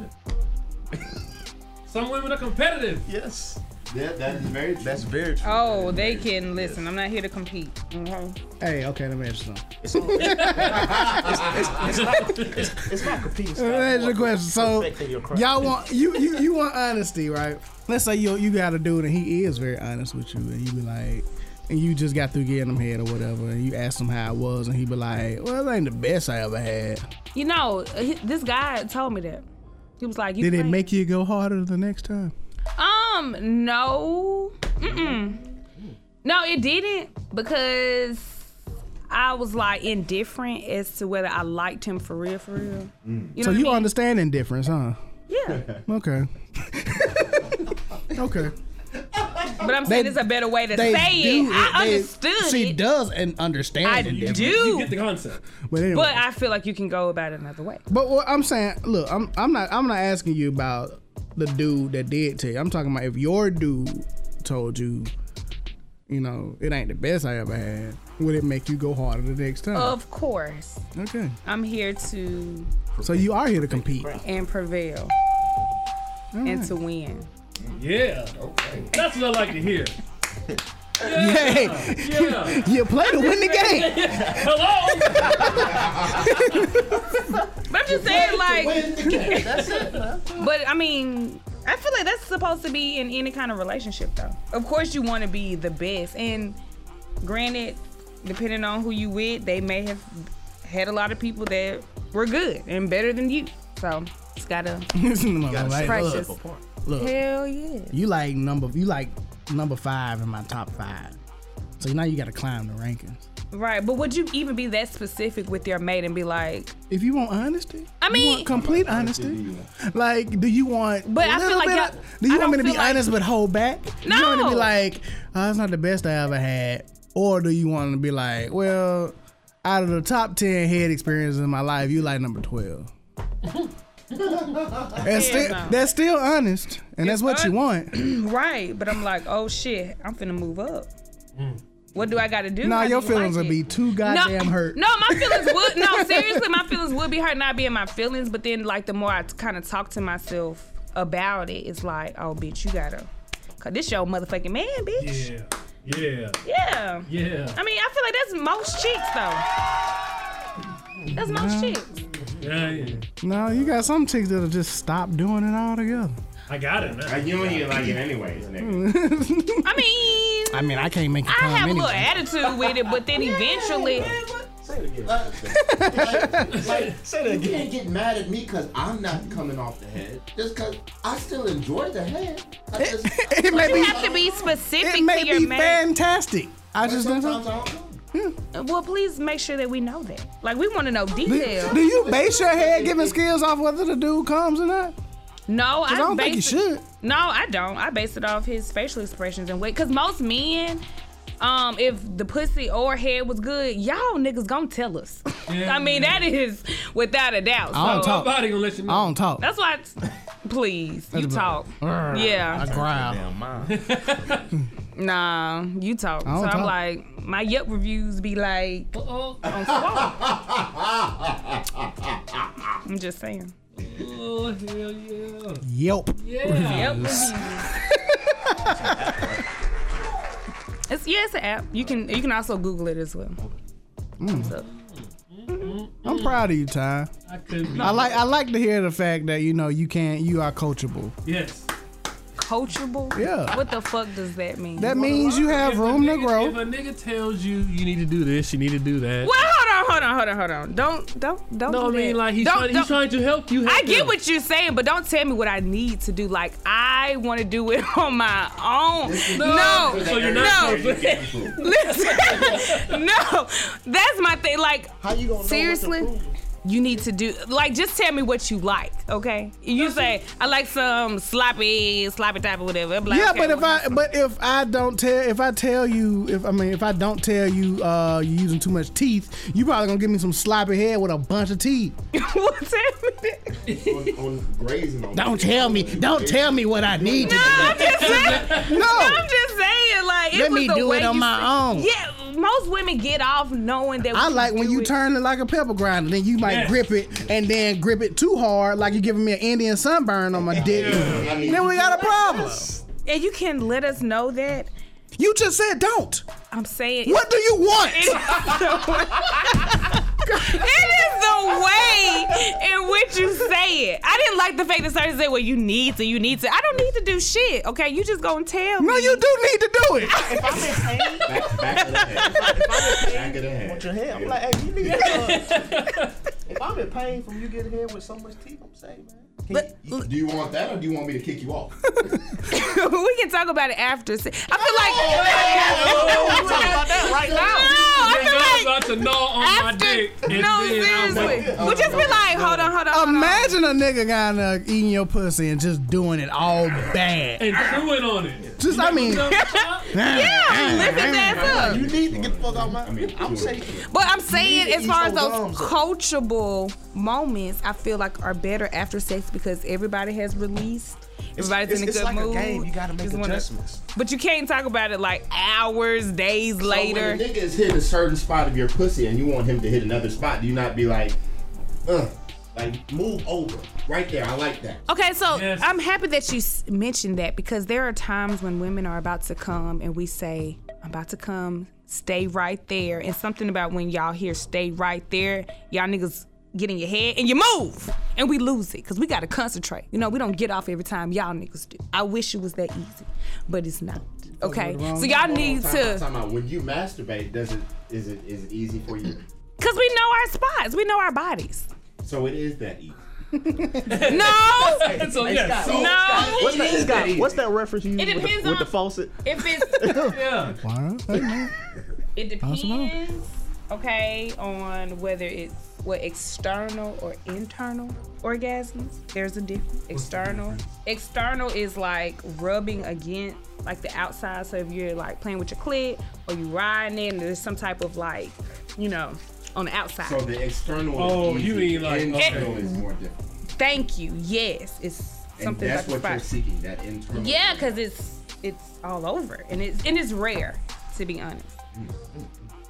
Some women are competitive. Yes, Yeah, that is very. That's that's very true. Oh, they can listen. I'm not here to compete. Okay. Hey, okay, let me ask you something. It's, all- it's, it's- it's not, it's, it's not competing. Let me ask you a question. So Perfecting your craft. y'all want you, you you want honesty, right? Let's say you you got a dude and he is very honest with you, and you be like, and you just got through getting him head or whatever, and you asked him how it was, and he be like, "Well, it ain't the best I ever had." You know, he- this guy told me that. He was like, you Did it playing- make you go harder the next time? Um, no. Mm-mm. No, it didn't because I was like indifferent as to whether I liked him for real, for real. You know Mm. So what you I mean? understand indifference, huh? <laughs> yeah. <laughs> Okay. okay. But I'm saying it's a better way to say it. I understood She it. does and understand I indifference. You do, get the concept. But anyway. but I feel like you can go about it another way. But what I'm saying, look, I'm I'm not I'm not asking you about the dude that did tell you. I'm talking about if your dude told you, you know, it ain't the best I ever had, would it make you go harder the next time? Of course, okay. I'm here to So you are here to compete. <laughs> and prevail Mm. and to win. Yeah. That's what I like to hear. Hey, Yeah. you play to win the game. <laughs> Hello. But I'm just saying, like, but I mean, I feel like that's supposed to be in any kind of relationship, though. Of course, you want to be the best, and granted, depending on who you with, they may have had a lot of people that were good and better than you. So it's gotta Listen to my right? precious. Look, look, Hell yeah. you like number you like number five in my top five. So now you got to climb the rankings. Right, but would you even be that specific with your mate and be like, If you want honesty, I you mean- want complete honesty. Like, do you want? But a I feel little like bit y'all- of- do you I want don't me to be feel like- honest but hold back? Do You want me to be No. like, oh, it's not the best I ever had, or do you want to be like, well, out of the top ten head experiences in my life, you like number <laughs> twelve. that's, still, no. that's still honest, and that's what you hon- want. right? But I'm like, oh shit, I'm finna move up. Mm. What do I gotta do? Nah, How do your you feelings like will be it? too goddamn hurt. No, my feelings would no, <laughs> seriously, my feelings would be hurt not being my feelings, but then like the more I kind of talk to myself about it, it's like, oh bitch, you gotta cause this your motherfucking man, bitch. Yeah. Yeah. Yeah. Yeah. I mean, I feel like that's most chicks though. That's most chicks. Yeah. yeah. No, you got some chicks that'll just stop doing it altogether. I got it. Now. Like, you don't even like it anyways, Hmm. nigga. I mean, I mean, I can't make. it I come have a little anyway. attitude with it, but then eventually, You can't get mad at me because I'm not coming off the head. Just because I still enjoy the head. I just, <laughs> It may you be- have to be specific it may to your be man. fantastic. I just don't. sometimes know. I don't know. Well, please make sure that we know that. Like, we want to know Do, details. do you base your head giving skills off whether the dude comes or not? 'Cause No, I, I don't base think you it- should. No, I don't. I base it off his facial expressions and weight. Cause most men, um, if the pussy or head was good, y'all niggas gonna tell us. <laughs> I mean, that is without a doubt. I don't So, talk. Nobody gonna let you know. I don't talk. That's why. It's, please, you about talk. Yeah, I growl. Damn mine. nah, you talk. So don't I'm talk. like, my Yelp reviews be like, Uh-oh. on swole. I'm just saying. Oh hell yeah. Yelp. Yeah. Yep. it's yeah, it's an app. You can you can also Google it as well. Mm. Comes up. I'm proud of you, Ty. I could be. I like. I like to hear the fact that you know you can't. You are coachable. Yes. Coachable. Yeah. What the fuck does that mean? That means you have If a room to nigga- If grow. a nigga tells you you need to do this, you need to do that. well, hold on, hold on, hold on, hold on. Don't don't don't. No, I do mean that. like he's, Don't- trying, don't- he's trying to help you. I help get him. what you're saying, but don't tell me what I need to do. Like I want to do it <laughs> on my own. No, So you're no, not. <laughs> listen, <laughs> no. That's my thing. Like How you gonna know Seriously? what to prove? you need to do like just tell me what you like, okay? You say I like some sloppy, sloppy type or whatever. I'm like, Yeah, okay, but if well, <laughs> I but if I don't tell if I tell you if I mean if I don't tell you uh you're using too much teeth, you probably gonna give me some sloppy head with a bunch of teeth. well, tell me that. <laughs> on, on grazing on Don't tell me. Don't tell me what I need to No, I'm <laughs> just saying. do. No. I'm just saying, like it Let was me the do way it on you my own. say- Yeah, most women get off knowing that. I we like when do you it. turn it like a pepper grinder, then you might Yes. grip it and then grip it too hard, like you're giving me an Indian sunburn on my dick. I mean, Then we got a problem. and you can let us know that. You just said don't. I'm saying What do you want? It is the way in which you say it. I didn't like the fact that somebody said, "Well, you need to, you need to." I don't need to do shit. Okay, you just gonna tell me. No, you do need to do it. If I'm in pain, Back, <laughs> back of the head. Back of the head. your head, I'm like, hey, you need <laughs> to. if I'm in pain from you getting hit with so much teeth, I'm saying, man. But do you want that or do you want me to kick you off? we can talk about it after. I feel like. No, I feel like. about to gnaw on my After, dick. and no, then I'm like- seriously. But just be like, hold on, hold on. hold on. Imagine a nigga kind of eating your pussy and just doing it all bad. and threw it on it. Just, I mean, Yeah, lift his ass up. You need to get the fuck out of my. I mean, I'm saying, But I'm saying, need to as eat far as your those gums up. coachable moments, I feel like are better after sex because everybody has released. Everybody's it's, in a it's good like mood. a game. You gotta make Just wanna- adjustments. but you can't talk about it like hours, days later. When a nigga is hitting a certain spot of your pussy and you want him to hit another spot, do you not be like, ugh, like move over right there? I like that. Okay, so Yes. I'm happy that you s- mentioned that because there are times when women are about to come and we say, I'm about to come, stay right there. And something about when y'all hear stay right there, y'all niggas get in your head and you move and we lose it because we got to concentrate. You know, we don't get off every time y'all niggas do. I wish it was that easy, but it's not. Okay, wrong- so y'all need Time out, to, time out. When you masturbate, does it is it is it easy for you? because we know our spots, we know our bodies. So it is that easy. No! So yes, So No. What's that, is that easy. what's that reference you use with, depends the, with the on- faucet? if it's. yeah. It Possible. depends, okay, on whether it's what external or internal orgasms. There's a difference. External. External is like rubbing against like the outside. So if you're like playing with your clit or you riding it and there's some type of like, you know, on the outside. So the external. Oh, is you easy. mean like- the internal okay. is more difficult. Thank you. Yes. It's And something that's about what the you're spot. seeking. That internal. Yeah, because it's it's all over and it's and it's rare, to be honest.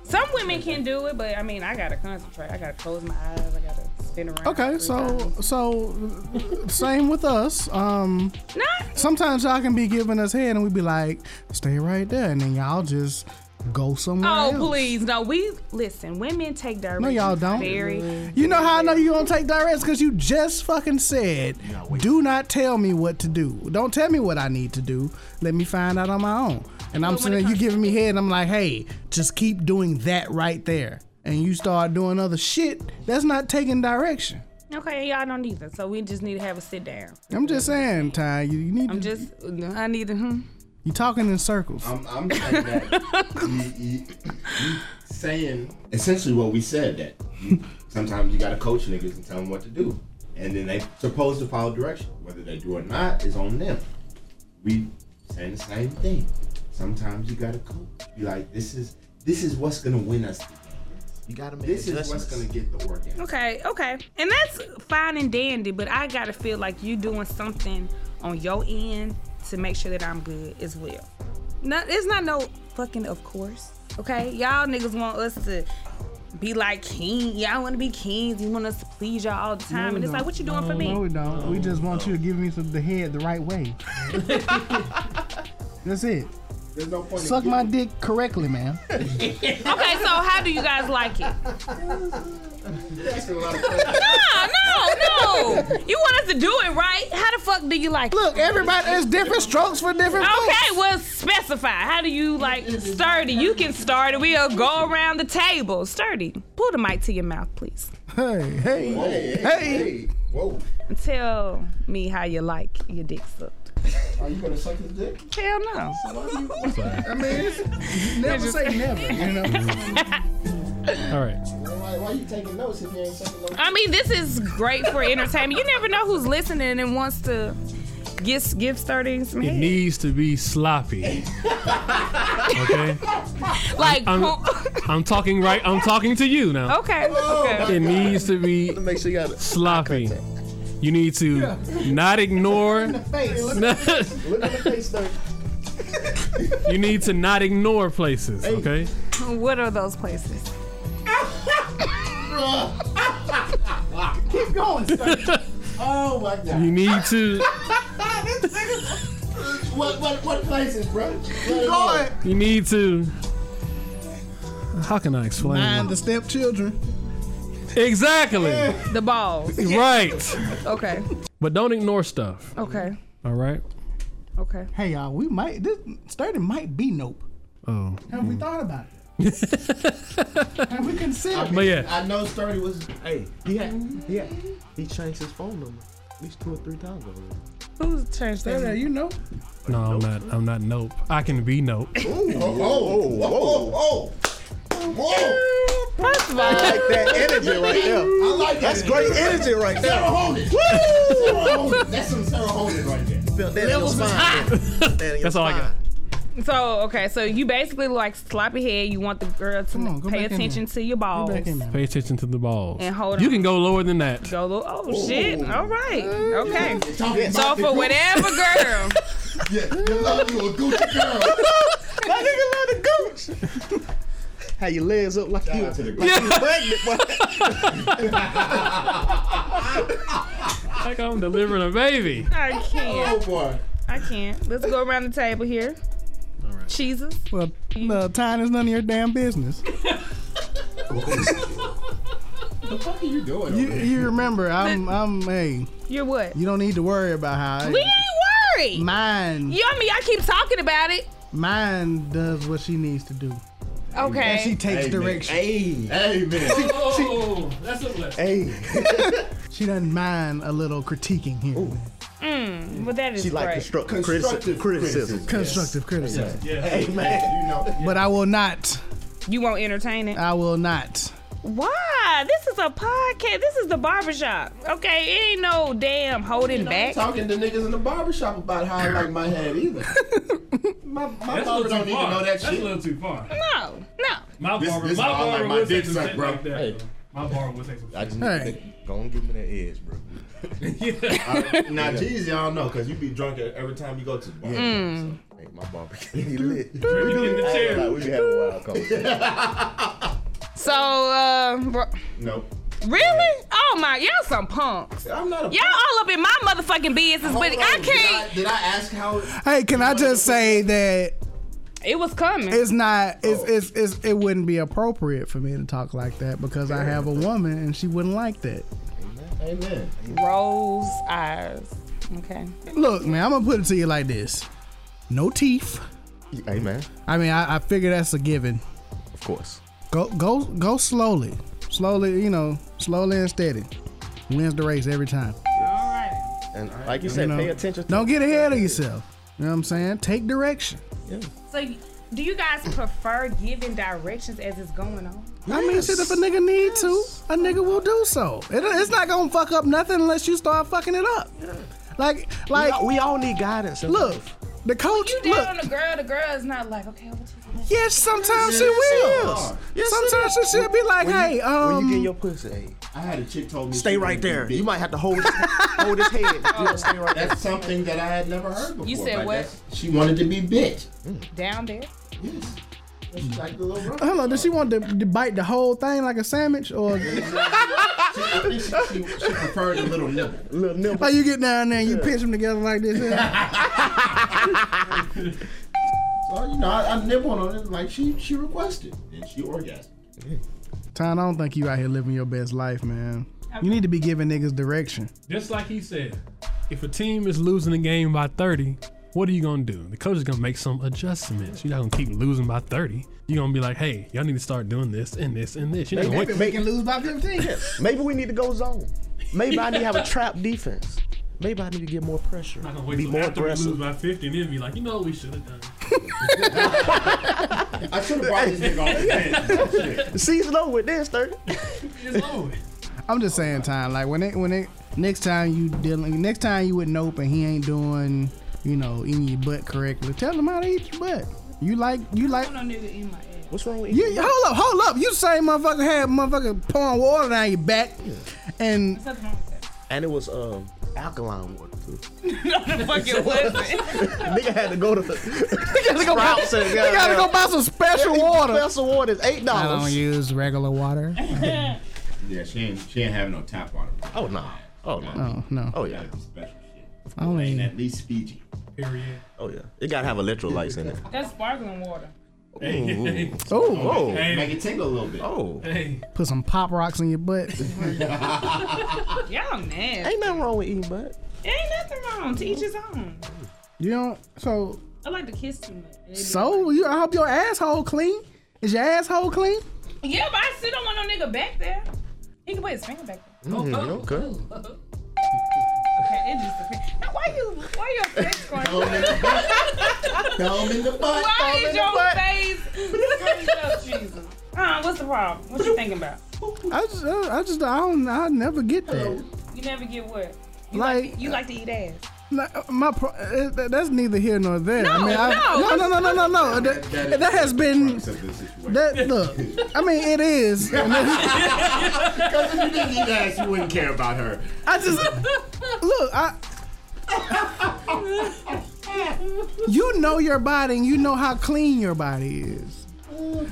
Some women can do it, but I mean, I gotta concentrate. I gotta close my eyes. I gotta spin around. <laughs> okay, three so times. so same with us. Um, nah, sometimes y'all can be giving us head and we be like, stay right there, and then y'all just go somewhere. oh else. please, no. We listen. Women take directions. No, y'all don't. Very. You know how I know you gonna take directs because you just fucking said, "Do not tell me what to do. Don't tell me what I need to do. Let me find out on my own." And I'm But when it saying you comes- giving me head, and I'm like, "Hey, just keep doing that right there." And you start doing other shit. That's not taking direction. Okay, y'all don't either. So we just need to have a sit down. I'm just saying, Ty. You, you need. I'm to, just. I need to. Hmm. you talking in circles. I'm, I'm saying that you, you, you saying essentially what we said that you, sometimes you gotta coach niggas and tell them what to do, and then they supposed to follow direction. Whether they do or not is on them. We saying the same thing. Sometimes you gotta coach. Be like, this is this is what's gonna win us. the game. You gotta make This is what's adjustments. gonna get the work out. Okay, okay. And that's fine and dandy, but I gotta feel like you doing something on your end to make sure that I'm good as well. No, it's not no fucking of course. Okay? Y'all niggas want us to be like king. Y'all wanna be kings. You want us to please y'all all the time. and it's like, what you doing for me? No, we don't. we just want you to give me some, the head the right <laughs> way. That's it. There's no <laughs> point. in Suck my giving- dick correctly, man. Okay, so how do you guys like it? <laughs> asking a lot of questions. Nah, no, no. You want us to do it right. How the fuck do you like it? Look, everybody, there's different strokes for different Okay, folks. well, specify. How do you like sturdy? You can start it. We'll go around the table. Sturdy, pull the mic to your mouth, please. Hey, hey. Whoa, hey, hey, whoa. And tell me how you like your dick sucked. Are you gonna suck his dick? Hell no. I mean, it's, never say <laughs> never. You know, All right. Why, why you taking notes if you ain't sucking no <laughs> I mean, this is great for entertainment. You never know who's listening and wants to get, give sturdy some It head. needs to be sloppy. Okay. like, I'm- who- <laughs> I'm talking right. I'm talking to you now. okay, okay. It needs to be Make sure you got it. sloppy. You need to not <laughs> ignore. face. <laughs> Look at the face, though. you need to not ignore places. Okay. What are those places? Oh my god. You need to. What what what places, bro? You need to. How can I explain? Mind the stepchildren. Exactly. The balls. Right. Okay. But don't ignore stuff. Okay. All right. Okay. Hey y'all, we might this starting might be nope. Oh. Have we thought about <laughs> it? Have we considered? But yeah. I know Sturdy was. Hey, he had, he had, he changed his phone number at least two or three times already. Who's changed Yeah, that? you know. No, I'm not. I'm not. Nope. I can be nope. Oh, oh, oh, oh, oh. First of all, Like that energy right there. I like that. That's great energy right Sarah there. Holden. Sarah Holden. That's some Sarah Holden right there. Felt that in your spine. Felt that in your That's all I got. spine. so okay, so you basically like sloppy head. You want the girl to Come on, go pay back in attention there. to your balls. Back in there. Pay attention to the balls. And hold You on. can go lower than that. Go little. Oh shit. All right. Okay. Talking about So the for Gucci- whatever <laughs> girl, Yeah, you love you a Gucci girl. That nigga love the gooch. <laughs> How your legs up like you To the like you pregnant, boy. Like I'm delivering a baby. I can't. Oh boy. I can't. Let's go around the table here. All right. Jesus. <laughs> Well, no, time is none of your damn <laughs> business. What are you doing? You, you remember, I'm, I'm, hey, You're what? you don't need to worry about how. I- We ain't worried. mine, You, I mean, y'all keep talking about it. mine does what she needs to do. Okay. And she takes Amen. direction. Hey, Amen. <laughs> Oh, that's a blessing. hey. She doesn't mind a little critiquing here. and there. But that is She like great. constructive, Constructive criticism. criticism. Constructive criticism. Hey, man. You know, But I will not, you won't entertain it. I will not. Why? This is a podcast. This is the barbershop. Okay, it ain't no damn holding back. Talking to niggas in the barbershop about how I like my head <laughs> either. My, my barber That's a little don't too even far. know that That's a shit. little too far. No, no. My This- barber, this my all like barber my would say dick some suck, shit bro. like that. Hey. though. My barber would say some I shit. just Hey. Go and give me that edge, bro. now Jeezy, I don't know, cause you be drunk at- every time you go to the bar. Mm. Hey, my barbecue. He lit. Drinking in the chair. Like, we had a wild conversation. So, uh, bro- No, really? Oh my, y'all some punks. I'm not a. Y'all all up in my motherfucking business, Hold but on, I Did I, can't. did I ask how? Hey, can I just say that It was coming. it's not, it's, it's, it's, it wouldn't be appropriate for me to talk like that because I have a woman and she wouldn't like that. Amen. Rose eyes. Okay. Look, man, I'm gonna put it to you like this: no teeth. hey, man. I mean, I, I figure that's a given. Of course. Go, go, go slowly, slowly. You know, slowly and steady. Wins the race every time. And like you said, You know, pay attention. To Don't get ahead of yourself. You know what I'm saying? Take direction. So, y- do you guys prefer giving directions as it's going on? I mean, shit. If a nigga need to, a nigga will do so. It, it's not gonna fuck up nothing unless you start fucking it up. Like, We like, all, we all need guidance. in look, life. the coach. You down Look, on the girl, the girl is not like, okay, what you doing? yes, sometimes she Yes, it will. is. Yes, it sometimes she should be like, When hey, you, um, when you get your pussy, hey, I had a chick told me. stay she right wanted to there. be You big. might have to hold his, <laughs> hold his head. You know, stay right there. That's something that I had never heard before. You said Like, what? that's- She wanted to be bitch. Down there. Yes. She's like the little rock. Hold on, does she want to, to bite the whole thing like a sandwich, or I think she, she, she preferred a little nibble. Little nipple. like you get down there and you pinch them together like this? <laughs> yeah? So you know, I, I nibbled on it like she she requested, and she orgasmed. Ton, I don't think you out here living your best life, man. You need to be giving niggas direction. Just like he said, if a team is losing the game by 30, what are you gonna do? The coach is gonna make some adjustments. You're not gonna keep losing by 30. You're gonna be like, hey, y'all need to start doing this and this and this. You're not gonna wait. Make lose by 15. Maybe we need to go zone. Maybe I need to have a trap defense. Maybe I need to get more pressure. Not gonna wait Be till more after we lose aggressive. by 50 and then be like, you know what we should have done. I should have brought this nigga off the bench. Shit. The season over with this, 30. It's over. with. I'm just saying, Ton, like when it, when it, next time you dealing, next time you with Nope and he ain't doing, you know, eating your butt correctly, tell him how to eat your butt. You like, you like, No nigga in my ass. What's wrong with you, you- hold up, hold up. You say motherfucker had motherfucker pouring water down your back and Something wrong <laughs> with that. And it was um alkaline water too. Fuck <laughs> it wasn't. Nigga had to go to the <laughs> Sprouts and You gotta go buy some special water. Special water is eight I don't dollars. use regular water. Yeah, she ain't she ain't having no tap water. Oh no. Oh no. Oh no. Oh yeah. Gotta be special shit. I don't And even. at least Fiji. Period. Oh yeah. It gotta have electrolytes in it. That's sparkling water. Hey, Oh, Oh, hey, Make it tingle a little bit. oh. hey. put some pop rocks in your butt. Y'all mad. Ain't nothing wrong with eating butt. Ain't nothing wrong. To each his own. You know, so I like to kiss too much. so you. I hope your asshole clean. Is your asshole clean? Yeah, but I still don't want no nigga back there. He can put his finger back there. Oh, okay. Okay, it just depends. Now, why you, why your <laughs> face going? Thumb in the butt. Why thumb is in your the butt. <laughs> face? Jesus. Uh, what's the problem? What you thinking about? I just, uh, I just, I don't, I never get that. You never get what? You Like- like, you like to eat ass. Like, My, pro- uh, that- that's neither here nor there. I No, mean, I, no. no, no, no, no, no. That, is that has been Except this situation. that. Look, I mean, it is. Because if you didn't eat ass, you wouldn't care about her. I just look. I you know your body and you know how clean your body is.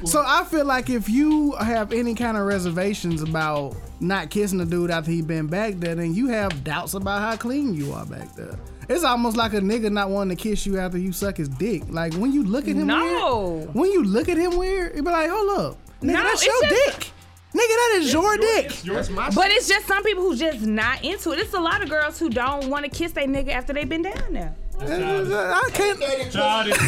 So I feel like if you have any kind of reservations about not kissing a dude after he been back there, then you have doubts about how clean you are back there. It's almost like a nigga not wanting to kiss you after you suck his dick. Like when you look at him No. weird, when you look at him weird, you be like, hold up, nigga, No, that's it's your just- dick. Nigga, that is your, dick. That's my But it's just some people who just not into it. It's a lot of girls who don't want to kiss their nigga after they've been down there. I can't. Childish.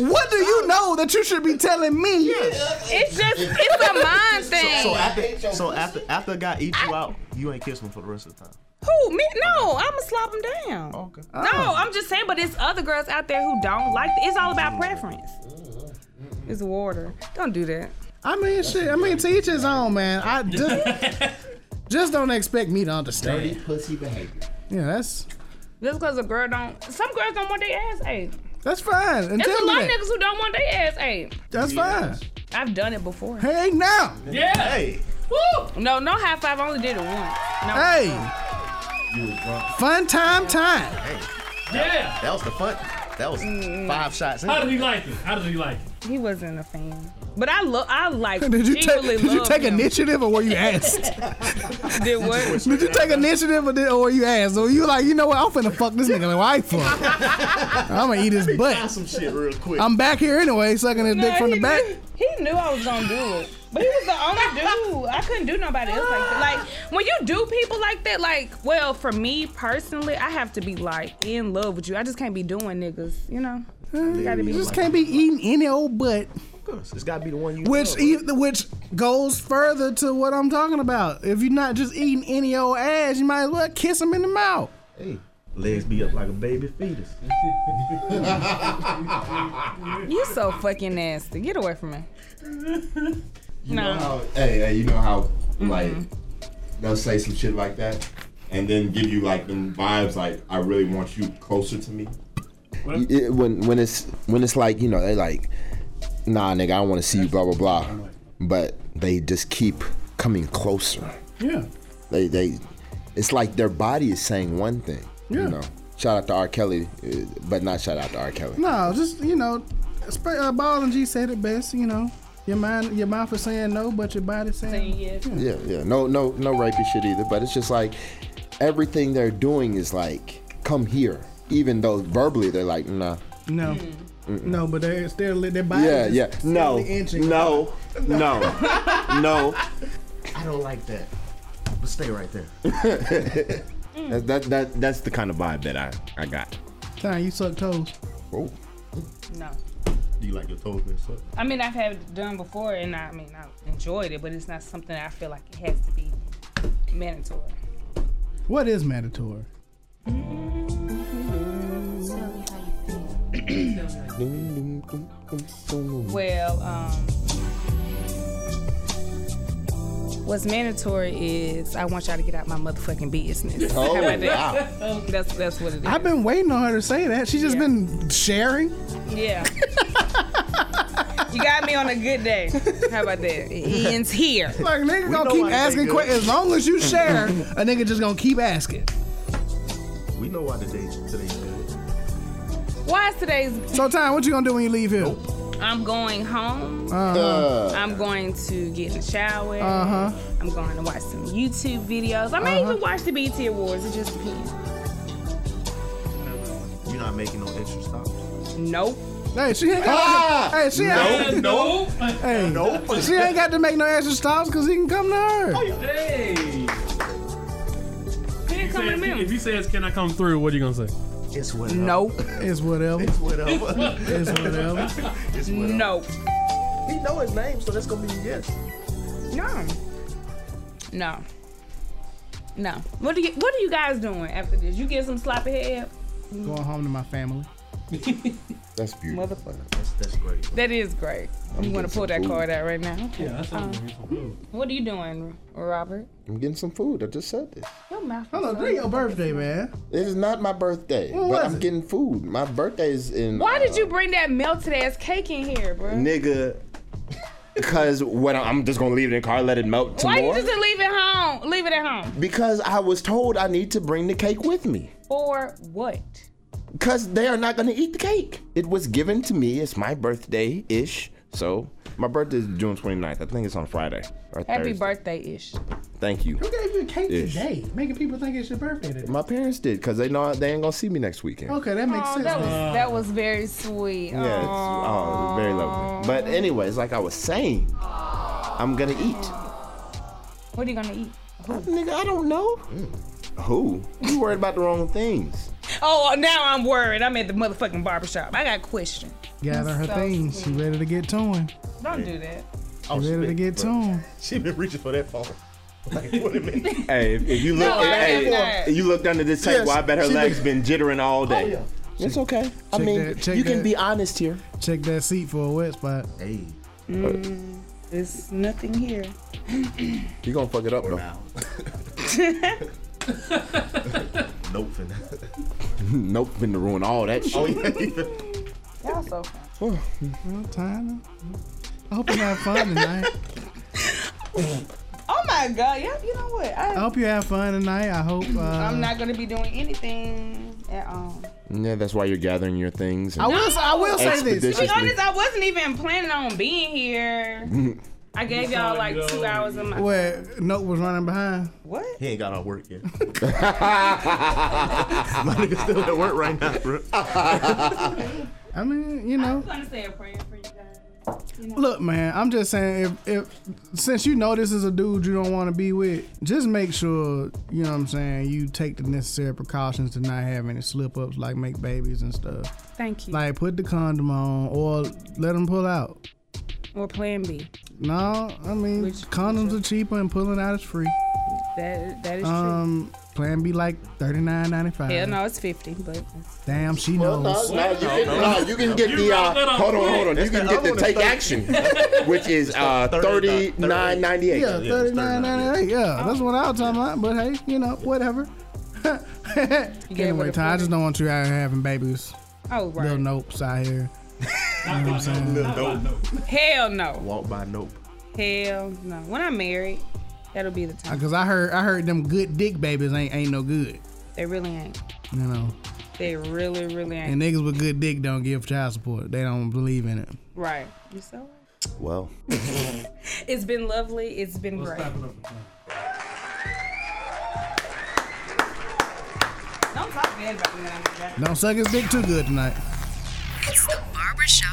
<laughs> What do you know that you should be telling me? It's just it's <laughs> a mind thing. So after, so after, after a guy eats you out, you ain't kissing him for the rest of the time. Who me? No, I'ma slap him down. Okay. Oh. No, I'm just saying. But it's other girls out there who don't like. It's all about Mm-hmm. preference. It's water. Don't do that. I mean, shit. I mean, to each his own, man. I just, just don't expect me to Dirty understand. pussy behavior. Yeah, that's Just because a girl don't. Some girls don't want their ass ate. that's fine. And There's tell a me lot of that. niggas who don't want their ass ate. That's fine. I've done it <laughs> before. Hey now, Yeah. Hey, No, no high five. I only did it once. No. hey, You was drunk. fun time, time. <laughs> Yeah. that was the fun. That was five shots. In. How did he like it? How did he like it? He wasn't a fan. But I love. I like. <laughs> Did you take? genuinely Did you love take him. initiative or were you asked? Did <laughs> what? Did you take initiative or, did, or were you asked? Or you like, you know what? I'm finna fuck this nigga wife for. I'm gonna eat his Try butt. some shit real quick. I'm back here anyway, sucking his dick No, from the he back. Knew, he knew I was gonna do it, but he was the only dude. I couldn't do nobody else like that. Like when you do people like that, like well, for me personally, I have to be like in love with you. I just can't be doing niggas, you know. You gotta be. You just can't be eating any old butt. of course, it's gotta be the one you. Which love. e- which goes further to what I'm talking about. If you're not just eating any old ass, you might as well kiss him in the mouth. hey, legs be up like a baby fetus. You so fucking nasty. Get away from me. You know No. how, hey, hey, you know how, like, they'll say some shit like that and then give you, like, them vibes, like, I really want you closer to me. What? It- when when it's when it's like you know they like nah nigga I don't want to see you blah blah blah, but they just keep coming closer. Yeah. They they, it's like their body is saying one thing. Yeah. You know. Shout out to R. Kelly, uh, but not shout out to R. Kelly. No, just you know, sp- uh, Ball and G said it best. You know, your mind your mouth is saying no, but your body saying Yes. Yeah, yeah. No, no, no rapey shit either. But it's just like everything they're doing is like, come here. Even though verbally they're like, nah. no. No, but they're still their body. Yeah, is yeah. still No, inching. no, no, no. I don't like that. But stay right there. That, that, that, that's the kind of vibe that I, I got. Nah, you suck toes. Oh, No. Do you like your toes being sucked? I mean, I've had it done before, and I, I mean, I enjoyed it, but it's not something I feel like it has to be mandatory. What is mandatory? Well, um, what's mandatory is I want y'all to get out my motherfucking business. How about that? <laughs> That's that's what it is. I've been waiting on her to say that. She's just Yeah. been sharing. yeah. you got me on a good day. How about that? It ends here. Like nigga gonna know keep why they asking good. questions. As long <laughs> as you share, a nigga just gonna keep asking. We know why today today's good. Why is today's? So, time, what you gonna do when you leave here? I'm going home. uh, I'm going to get in the shower. Uh huh. I'm going to watch some YouTube videos. I may Uh-huh. even watch the BT Awards. It just depends. You're not making no extra stops. Nope. Hey, she ain't got. hey, she Oh, ain't. No. Hey, She ain't got to make no extra stops because he can come to her. Hey. If He didn't come he to says- me. If he says, "Can I come through?" What are you gonna say? Oh. It's whatever. No, It's whatever. Whatever. <laughs> <laughs> It's whatever. It's whatever. no, He know his name, so that's gonna be a yes. no, no, no. What do you What are you guys doing after this? You get some sloppy head. Going home to my family. That's beautiful. That is great. I'm, gonna pull that card out right now. Okay. Yeah, that's What are you doing, Robert? I'm getting some food. I just said this. Your mouth. is Hello, so- today your birthday, man. It is not my birthday, but was I'm it? getting food. My birthday is in. Why uh, did you bring that melted ass cake in here, bro? nigga? Because when I- I'm just gonna leave it in the car, let it melt some Why you more. just leave it home? Leave it at home. Because I was told I need to bring the cake with me. For what? Because they are not gonna eat the cake. It was given to me. It's my birthday ish. So my birthday is June 29th. I think it's on Friday. Or Happy Thursday. birthday ish. Thank you. Who gave you a cake Ish. today? Making people think it's your birthday today. My parents did because they know they ain't gonna see me next weekend. Okay, that makes Oh, sense. that was then. that was very sweet. Yeah, it's, oh, it's very lovely. But anyways, like I was saying, I'm gonna eat. What are you gonna eat? Nigga, I don't know. Who? You worried about the wrong things. Oh, now I'm worried. I'm at the motherfucking barbershop. I got a question. Gather her so things. She ready to get to him. Don't do that. Oh, She ready to get to him. She been reaching for that phone. Like, what a <laughs> minute. Hey, if, if you look, No, I hey, am not. you look under this table, I bet her legs been jittering all day. Oh, It's okay. I Check mean, that- check you can that. be honest here. Check that seat for a wet spot. There's nothing here. You gonna fuck it up though. Nope. Nope, been to ruin all that shit. Y'all so Well, Tina, I hope you have fun tonight. Oh my god. Yeah, you know what? I I, hope you have fun tonight. I hope. Uh, I'm not gonna be doing anything at all. Yeah, that's why you're gathering your things. I <laughs> And will. I will say this. To be Expedition. honest, I wasn't even planning on being <laughs> here. I gave y'all like two hours of my What note was running behind? what? He ain't got off work yet. My nigga still at work right now, bro. I mean, you know. I'm gonna say a prayer for you guys. Look, man, I'm just saying if, if since you know this is a dude you don't want to be with, just make sure, you know what I'm saying, you take the necessary precautions to not have any slip ups like make babies and stuff. Thank you. Like put the condom on or let them pull out. or plan B. No, I mean Which- condoms are cheaper and pulling out is free. That that is Um plan B like thirty nine ninety five. true. Hell no, it's fifty, but Damn, she Well, knows. no, no, you can, no, you can get the wrote that uh, on hold on, quick. hold on. You can get the take action, which is uh, thirty nine ninety eight. Yeah, thirty nine ninety eight. Yeah, that's what I was talking about. But hey, you know, whatever. gave her anyway, the Ty, I forty. just don't want you out here having babies. oh right. Little nopes out here. Hell no. Walk by nope. Hell no. When I'm married, that'll be the time. Cause I heard, I heard them good dick babies ain't ain't no good. They really ain't. You know, They really, really ain't. and niggas with good dick don't give child support. They don't believe in it. right. You so right. Well, It's been lovely. It's been great. Don't talk bad about me when I'm Don't suck his dick too good tonight. It's the Barbershop